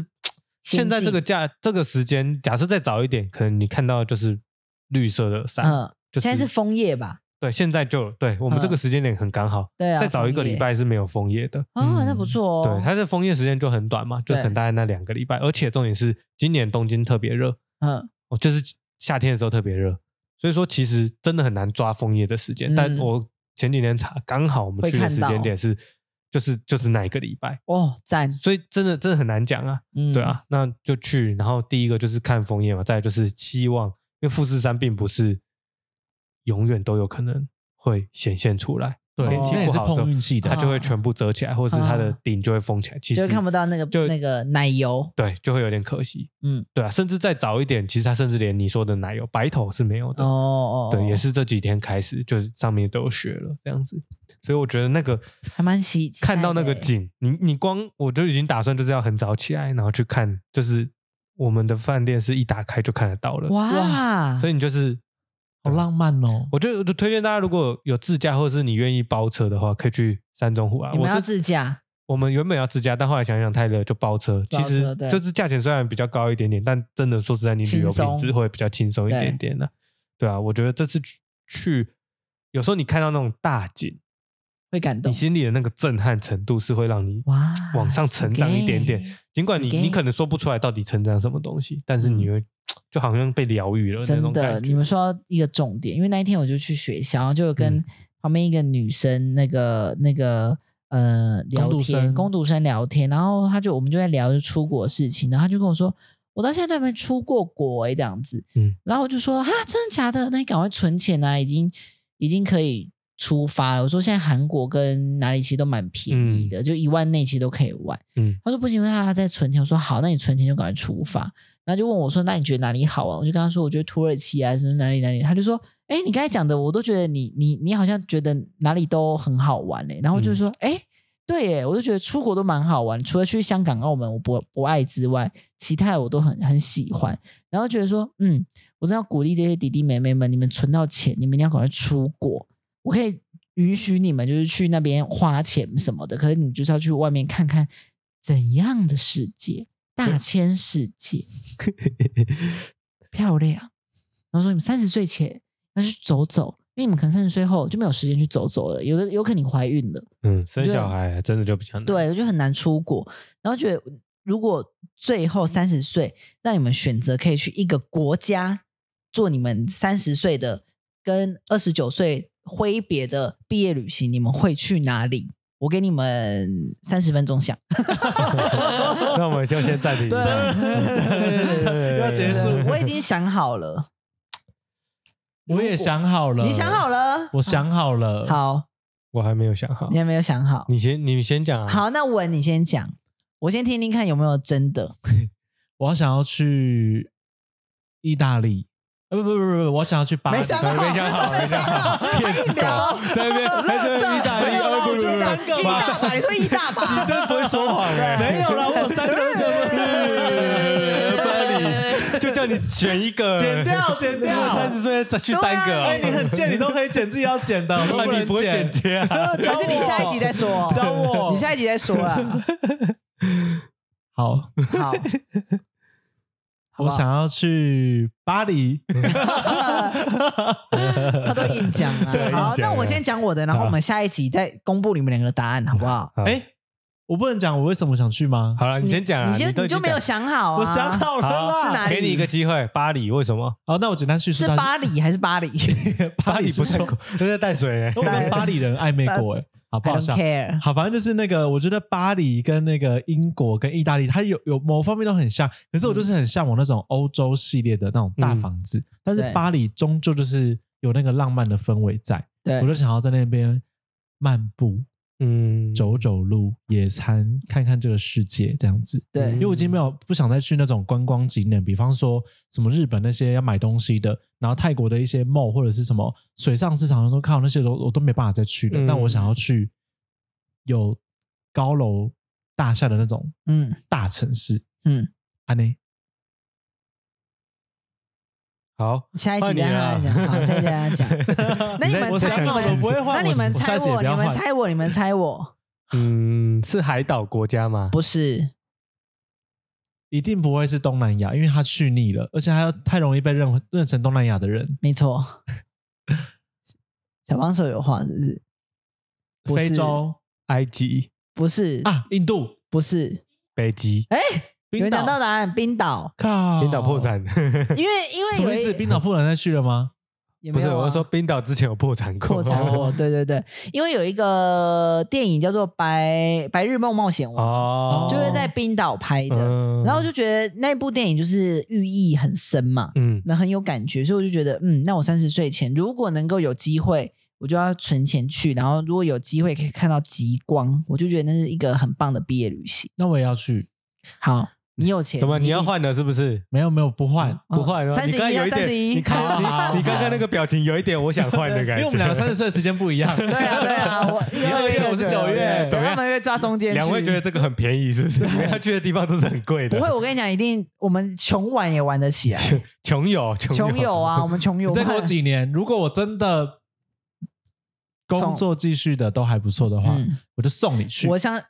Speaker 3: 先
Speaker 1: 现在这
Speaker 3: 进
Speaker 1: 个价这个时间，假设再早一点，可能你看到就是绿色的山，
Speaker 3: 嗯，
Speaker 1: 啊就是
Speaker 3: 现在是枫叶吧？
Speaker 1: 对，现在就有对我们这个时间点很刚好，
Speaker 3: 对啊
Speaker 1: 再早一个
Speaker 3: 枫叶
Speaker 1: 礼拜是没有枫叶的。
Speaker 3: 哦，
Speaker 2: 嗯
Speaker 3: 那不错哦。
Speaker 1: 对，它的枫叶时间就很短嘛，就
Speaker 3: 对
Speaker 1: 可能大概那两个礼拜，而且重点是今年东京特别热，
Speaker 3: 嗯，
Speaker 1: 哦，就是夏天的时候特别热，所以说其实真的很难抓枫叶的时间。
Speaker 3: 嗯
Speaker 1: 但我前几年查，刚好我们去的时
Speaker 3: 会看
Speaker 1: 间
Speaker 3: 到
Speaker 1: 点是，就是就是那一个礼拜，
Speaker 3: 哦，赞。
Speaker 1: 所以真的真的很难讲啊。
Speaker 3: 嗯，
Speaker 1: 对啊，那就去，然后第一个就是看枫叶嘛，再来就是希望，因为富士山并不是永远都有可能会显现出来，
Speaker 2: 对，
Speaker 1: 天气
Speaker 2: 那也
Speaker 1: 不
Speaker 2: 是
Speaker 1: 好的时候
Speaker 2: 碰运气的
Speaker 1: 它。就会
Speaker 3: 嗯
Speaker 1: 全部遮起来，或者是它的
Speaker 3: 嗯
Speaker 1: 顶就会封起来，其
Speaker 3: 就
Speaker 1: 实
Speaker 3: 会看不到那个
Speaker 1: 就
Speaker 3: 那个奶油。
Speaker 1: 对，就会有点可惜。
Speaker 3: 嗯，
Speaker 1: 对啊，甚至再早一点，其实它甚至连你说的奶油白头是没有的。
Speaker 3: 哦哦，哦
Speaker 1: 对，也，是这几天开始，就是上面都有雪了这样子，所以我觉得那个
Speaker 3: 还蛮期期待
Speaker 1: 看到那个
Speaker 3: 的欸
Speaker 1: 景，你你光我就已经打算就是要很早起来，然后去看，就是我们的饭店是一打开就看得到了，
Speaker 3: 哇，
Speaker 1: 所以你就是
Speaker 2: 好浪漫哦！
Speaker 1: 我就我就推荐大家，如果有自驾或者是你愿意包车的话，可以去山中湖啊。
Speaker 3: 你
Speaker 1: 我
Speaker 3: 们要
Speaker 1: 这
Speaker 3: 自驾，
Speaker 1: 我们原本要自驾，但后来想想太热，就包车。
Speaker 3: 包
Speaker 1: 其
Speaker 3: 车
Speaker 1: 实
Speaker 3: 对
Speaker 1: 就是价钱虽然比较高一点点，但真的说实在，你旅游品
Speaker 3: 轻松
Speaker 1: 质会比较轻松一点点的、对啊，我觉得这次去去，有时候你看到那种大景，
Speaker 3: 会感动
Speaker 1: 你。心里的那个震撼程度是会让你
Speaker 3: 哇，
Speaker 1: 往上成长一点点
Speaker 3: すげえ
Speaker 1: 尽管你
Speaker 3: 是给
Speaker 1: 你可能说不出来到底成长什么东西，但是你会就好像被疗愈了那
Speaker 3: 真
Speaker 1: 种
Speaker 3: 的，
Speaker 1: 感
Speaker 3: 你
Speaker 1: 觉
Speaker 3: 们。说到一个重点，因为那一天我就去学校，然后就有跟
Speaker 1: 嗯
Speaker 3: 旁边一个女生，那个那个呃聊
Speaker 2: 工读
Speaker 3: 天，
Speaker 2: 生
Speaker 3: 工读生聊天，然后她就我们就在聊就出国的事情，然后她就跟我说，我到现在都还没出过国哎、这样子，
Speaker 1: 嗯
Speaker 3: 然后我就说啊，真的假的？那你赶快存钱啊，已经已经可以出发了。我说现在韩国跟哪里其实都蛮便宜的，就一万内其实都可以玩。
Speaker 1: 嗯，
Speaker 3: 他说不行，他还在存钱。我说好，那你存钱就赶快出发。然后就问我说，那你觉得哪里好啊？我就跟他说，我觉得土耳其啊，什么哪里哪里。他就说，哎、你刚才讲的，我都觉得你你你好像觉得哪里都很好玩嘞、然后我就说，哎、对耶，我就觉得出国都蛮好玩，除了去香港、澳门我不不爱之外，其他的我都很很喜欢。然后觉得说，嗯，我真的要鼓励这些弟弟妹妹们，你们存到钱，你们一定要赶快出国。我可以允许你们就是去那边花钱什么的，可是你就是要去外面看看怎样的世界，大千世界 漂亮。然后说你们三十岁前要去走走，因为你们可能三十岁后就没有时间去走走了，有的有可能你怀孕了。
Speaker 1: 嗯，生
Speaker 3: 对
Speaker 1: 小孩真的就比较难。
Speaker 3: 对，我就很难出国。然后觉得，如果最后三十岁让你们选择，可以去一个国家做你们三十岁的跟二十九岁挥别的毕业旅行，你们会去哪里？我给你们三十分钟想。
Speaker 1: 那我们就先暂停一下。
Speaker 2: 对要结束，
Speaker 3: 我已经想好了，
Speaker 2: 我也想好了，
Speaker 3: 你想好？了？
Speaker 2: 我想好了。，
Speaker 3: 好，
Speaker 1: 我还没有想好
Speaker 3: 你，还没有想好。
Speaker 1: 你先你先讲啊。
Speaker 3: 好，那文你先讲，我先听听看有没有真的。
Speaker 2: 我想要去意大利，呃，不不不不不，我想要去巴黎。
Speaker 3: 没想
Speaker 1: 没没想好，没想好， 骗子狗在那边，在这边意大利，哦不不不不，
Speaker 3: 一
Speaker 1: 马
Speaker 3: 大
Speaker 1: 上
Speaker 3: 把，你说一大把，
Speaker 1: 真不会说谎哎，
Speaker 2: 没有啦，我有三个
Speaker 1: 嗯巴黎，就叫你选一个，
Speaker 2: 剪 掉剪掉
Speaker 1: 三十岁再去三个
Speaker 2: 哎，你
Speaker 1: 哦，
Speaker 2: 很贱，你都可以剪自己要剪 的，我
Speaker 1: 那你不会
Speaker 2: 能
Speaker 1: 剪
Speaker 2: 剪。
Speaker 1: 接啊？
Speaker 2: 教
Speaker 3: 还是你
Speaker 2: 我
Speaker 3: 下一集再说哦？
Speaker 2: 教我
Speaker 3: 你下一集再说啦。
Speaker 2: 好，
Speaker 3: 好，好不
Speaker 2: 我
Speaker 3: 好
Speaker 2: 想要去巴黎。
Speaker 3: 他都硬讲
Speaker 1: 对
Speaker 3: 啊。好
Speaker 1: 硬，讲
Speaker 3: 那我先讲我的，然后我们下一集再公布你们两个的答案，好不好？
Speaker 1: 哎，
Speaker 2: 哎，我不能讲我为什么想去吗？
Speaker 1: 好了，你先讲啊，
Speaker 3: 你先
Speaker 1: 都已
Speaker 3: 你就
Speaker 1: 经
Speaker 3: 没有
Speaker 1: 讲
Speaker 3: 想好啊？
Speaker 2: 我想好了啦。
Speaker 3: 是哪里
Speaker 1: 给你一个机会，巴黎为什么？
Speaker 2: 好，那我简单叙述
Speaker 3: 是
Speaker 2: 一下
Speaker 3: 巴黎还是巴黎
Speaker 2: 巴黎
Speaker 1: 不是
Speaker 2: 说，
Speaker 1: 这是淡水欸
Speaker 2: 我们巴黎人爱美国哎，好不
Speaker 3: ？I
Speaker 2: 好
Speaker 3: don't
Speaker 2: 笑？
Speaker 3: care。
Speaker 2: 好，反正就是那个，我觉得巴黎跟那个英国跟意大利，它有有某方面都很像，可是我就是很向往那种欧洲系列的那种
Speaker 3: 嗯
Speaker 2: 大房子，但是
Speaker 3: 对
Speaker 2: 巴黎终究就是有那个浪漫的氛围在，
Speaker 3: 对
Speaker 2: 我，就想要在那边漫步、
Speaker 1: 嗯，
Speaker 2: 走走路、野餐，看看这个世界这样子。
Speaker 3: 对
Speaker 2: 因为我已经没有不想再去那种观光景点，比方说什么日本那些要买东西的，然后泰国的一些 mall 或者是什么水上市场，说靠那些都我都没办法再去了。
Speaker 1: 嗯
Speaker 2: 但我想要去有高楼大厦的那种
Speaker 3: 嗯
Speaker 2: 大城市，啊
Speaker 3: 嗯，
Speaker 2: 安内
Speaker 1: 好，
Speaker 3: 下一集
Speaker 1: 换你
Speaker 3: 再让他
Speaker 1: 了
Speaker 3: 讲，好，下一集再让他讲。 那你
Speaker 1: 我
Speaker 3: 们
Speaker 1: 想
Speaker 3: 猜你
Speaker 1: 好了
Speaker 3: 们，
Speaker 1: 不会
Speaker 2: 换
Speaker 3: 那你们
Speaker 2: 我
Speaker 3: 猜
Speaker 2: 下集也
Speaker 3: 我，
Speaker 2: 不
Speaker 3: 你
Speaker 2: 要
Speaker 3: 们
Speaker 2: 换
Speaker 3: 猜我，你们猜我，
Speaker 1: 嗯，是海岛国家吗？
Speaker 3: 不是
Speaker 2: 一定不会是东南亚，因为他去腻了，而且他又太容易被认认成东南亚的人。
Speaker 3: 没错，小帮手有画是不是？不
Speaker 2: 非
Speaker 3: 是
Speaker 2: 洲
Speaker 1: 埃及、
Speaker 3: 不是，
Speaker 2: 啊，印度、
Speaker 3: 不是，
Speaker 1: 北极，
Speaker 3: 哦有
Speaker 2: 冰
Speaker 3: 人
Speaker 2: 岛，
Speaker 3: 讲到答案，冰岛
Speaker 2: 靠，
Speaker 1: 冰岛破，产，
Speaker 3: 因为因
Speaker 2: 什么
Speaker 3: 为有
Speaker 2: 意思？
Speaker 3: 一
Speaker 2: 冰岛破产再去了吗？
Speaker 3: 也
Speaker 1: 不
Speaker 3: 没
Speaker 1: 是，
Speaker 3: 有
Speaker 1: 我
Speaker 3: 啊
Speaker 1: 是 说冰岛之前有破产过，
Speaker 3: 破产过，对对对，因为有一个电影叫做《白白日梦冒险王》，
Speaker 1: 哦，
Speaker 3: 就是在冰岛拍的，
Speaker 1: 嗯
Speaker 3: 然后我就觉得那部电影就是寓意很深嘛，
Speaker 1: 嗯，
Speaker 3: 那很有感觉，所以我就觉得，嗯，那我三十岁前如果能够有机会，我就要存钱去，然后如果有机会可以看到极光，我就觉得那是一个很棒的毕业旅行。
Speaker 2: 那我也要去。
Speaker 3: 好，你有钱，
Speaker 1: 怎么你
Speaker 3: 一
Speaker 1: 要
Speaker 3: 定
Speaker 1: 换了是不是？
Speaker 2: 没有没有，不换，
Speaker 3: 嗯
Speaker 1: 不换了，
Speaker 3: 31
Speaker 1: 你刚刚有一
Speaker 3: 啊31
Speaker 1: 点，你 看
Speaker 2: 好好好
Speaker 1: 你你刚刚那个表情有一点我想换的
Speaker 2: 因
Speaker 1: 感觉，
Speaker 2: 为我们两个三十岁的时间不一 样。
Speaker 3: 对啊，对啊，我一
Speaker 2: 你二月我是九月
Speaker 3: 对
Speaker 1: 怎么
Speaker 3: 他
Speaker 1: 样
Speaker 3: 们会抓中间去。
Speaker 1: 两位觉得这个很便宜是不是？我们要去的地方都是很贵的，
Speaker 3: 不会？我跟你讲，一定我们穷玩也玩得起来，
Speaker 1: 穷游穷
Speaker 3: 穷游啊，我们穷游
Speaker 2: 你再给我
Speaker 3: 玩
Speaker 2: 几年，如果我真的工作继续的都还不错的话，
Speaker 3: 嗯
Speaker 2: 我就送你去。
Speaker 3: 我想、啊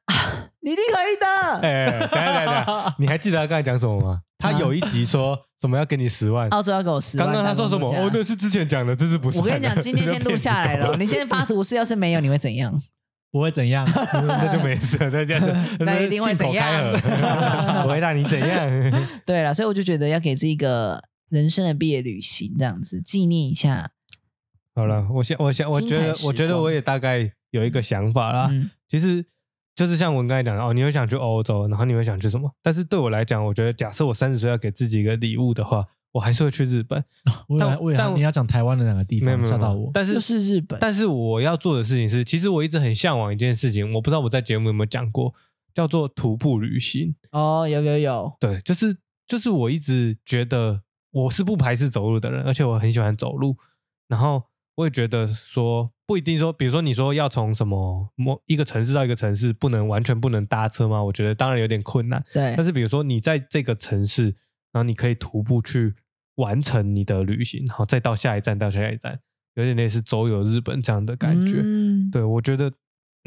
Speaker 3: 你一定可以的。
Speaker 1: 哎，哎等一下等一下，等一下你还记得他刚才讲什么吗？他有一集说什么要给你十万，
Speaker 3: 澳洲要给我哦十万，
Speaker 1: 刚刚他说什么？哦，那是之前讲的，这是不是？
Speaker 3: 我 跟你讲，今天先录下来了，你先发图示，要是没有你会怎样？
Speaker 2: 不会怎样，
Speaker 1: 那就没事了，那这 样子
Speaker 3: 那一定会怎样
Speaker 1: 信口开河 我会让你怎样？
Speaker 3: 对了，所以我就觉得要给这个人生的毕业旅行这样子纪念一下。
Speaker 1: 好了，我想，我想，我觉
Speaker 3: 精彩
Speaker 1: 得
Speaker 3: 时，光
Speaker 1: 我觉得我也大概有一个想法啦。
Speaker 3: 嗯
Speaker 1: 其实就是像我刚才讲的，哦，你会想去欧洲，然后你会想去什么？但是对我来讲，我觉得假设我三十岁要给自己一个礼物的话，我还是会去日本。
Speaker 2: 我以为
Speaker 1: 但
Speaker 2: 我以为
Speaker 1: 但
Speaker 2: 你要讲台湾的两个地
Speaker 1: 没有
Speaker 2: 方，
Speaker 1: 没有
Speaker 2: 吓
Speaker 1: 没
Speaker 2: 到
Speaker 1: 有
Speaker 2: 我。
Speaker 1: 但是
Speaker 3: 就是日本
Speaker 1: 但是我要做的事情是，其实我一直很向往一件事情，我不知道我在节目有没有讲过，叫做徒步旅行。
Speaker 3: 哦，有有有，
Speaker 1: 对，就是就是我一直觉得我是不排斥走路的人，而且我很喜欢走路。然后我也觉得说，不一定说，比如说你说要从什么某一个城市到一个城市，不能完全不能搭车吗？我觉得当然有点困难。
Speaker 3: 对
Speaker 1: 但，是比如说你在这个城市，然后你可以徒步去完成你的旅行，然后再到下一站，到下一站，有点类似周游日本这样的感觉。
Speaker 3: 嗯
Speaker 1: 对，我觉得，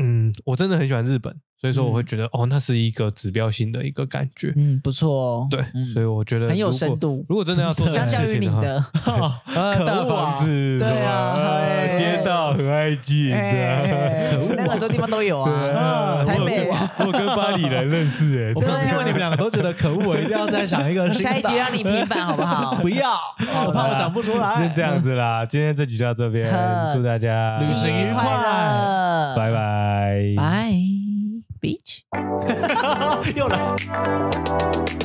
Speaker 1: 嗯，我真的很喜欢日本，所以说我会觉得，哦，那是一个指标性的一个感觉。
Speaker 3: 嗯，不错哦，
Speaker 1: 对，
Speaker 3: 嗯
Speaker 1: 所以我觉得
Speaker 3: 很有
Speaker 1: 如果
Speaker 3: 深度
Speaker 1: 如果真的要做这
Speaker 3: 相
Speaker 1: 件
Speaker 3: 较
Speaker 1: 事
Speaker 3: 于你
Speaker 1: 情话，
Speaker 3: 的，
Speaker 2: 哦啊
Speaker 1: 呃，大房子，
Speaker 3: 对啊
Speaker 1: 什么
Speaker 3: 哎
Speaker 1: 呃街道很爱近
Speaker 3: 哎
Speaker 1: 的，
Speaker 3: 那个很多地方都 有
Speaker 1: 对
Speaker 3: 啊，
Speaker 1: 啊，
Speaker 2: 哦
Speaker 3: 嗯台
Speaker 1: 我有
Speaker 3: 北
Speaker 1: 跟
Speaker 3: 啊。
Speaker 1: 我有跟巴黎人认识 哎，
Speaker 2: 我
Speaker 1: 真
Speaker 2: 刚
Speaker 1: 的
Speaker 3: 对啊
Speaker 2: 听完你们两个都觉得可恶，我一定要再想一个新的。
Speaker 3: 下一集让你平反好不好
Speaker 2: 不要，我怕我讲不出来。
Speaker 1: 就这样子啦，今天这集就到这边
Speaker 3: 呵，
Speaker 1: 祝大家
Speaker 2: 旅行愉快
Speaker 3: 乐，
Speaker 1: 拜拜，
Speaker 3: 拜，bitch。
Speaker 2: 又来。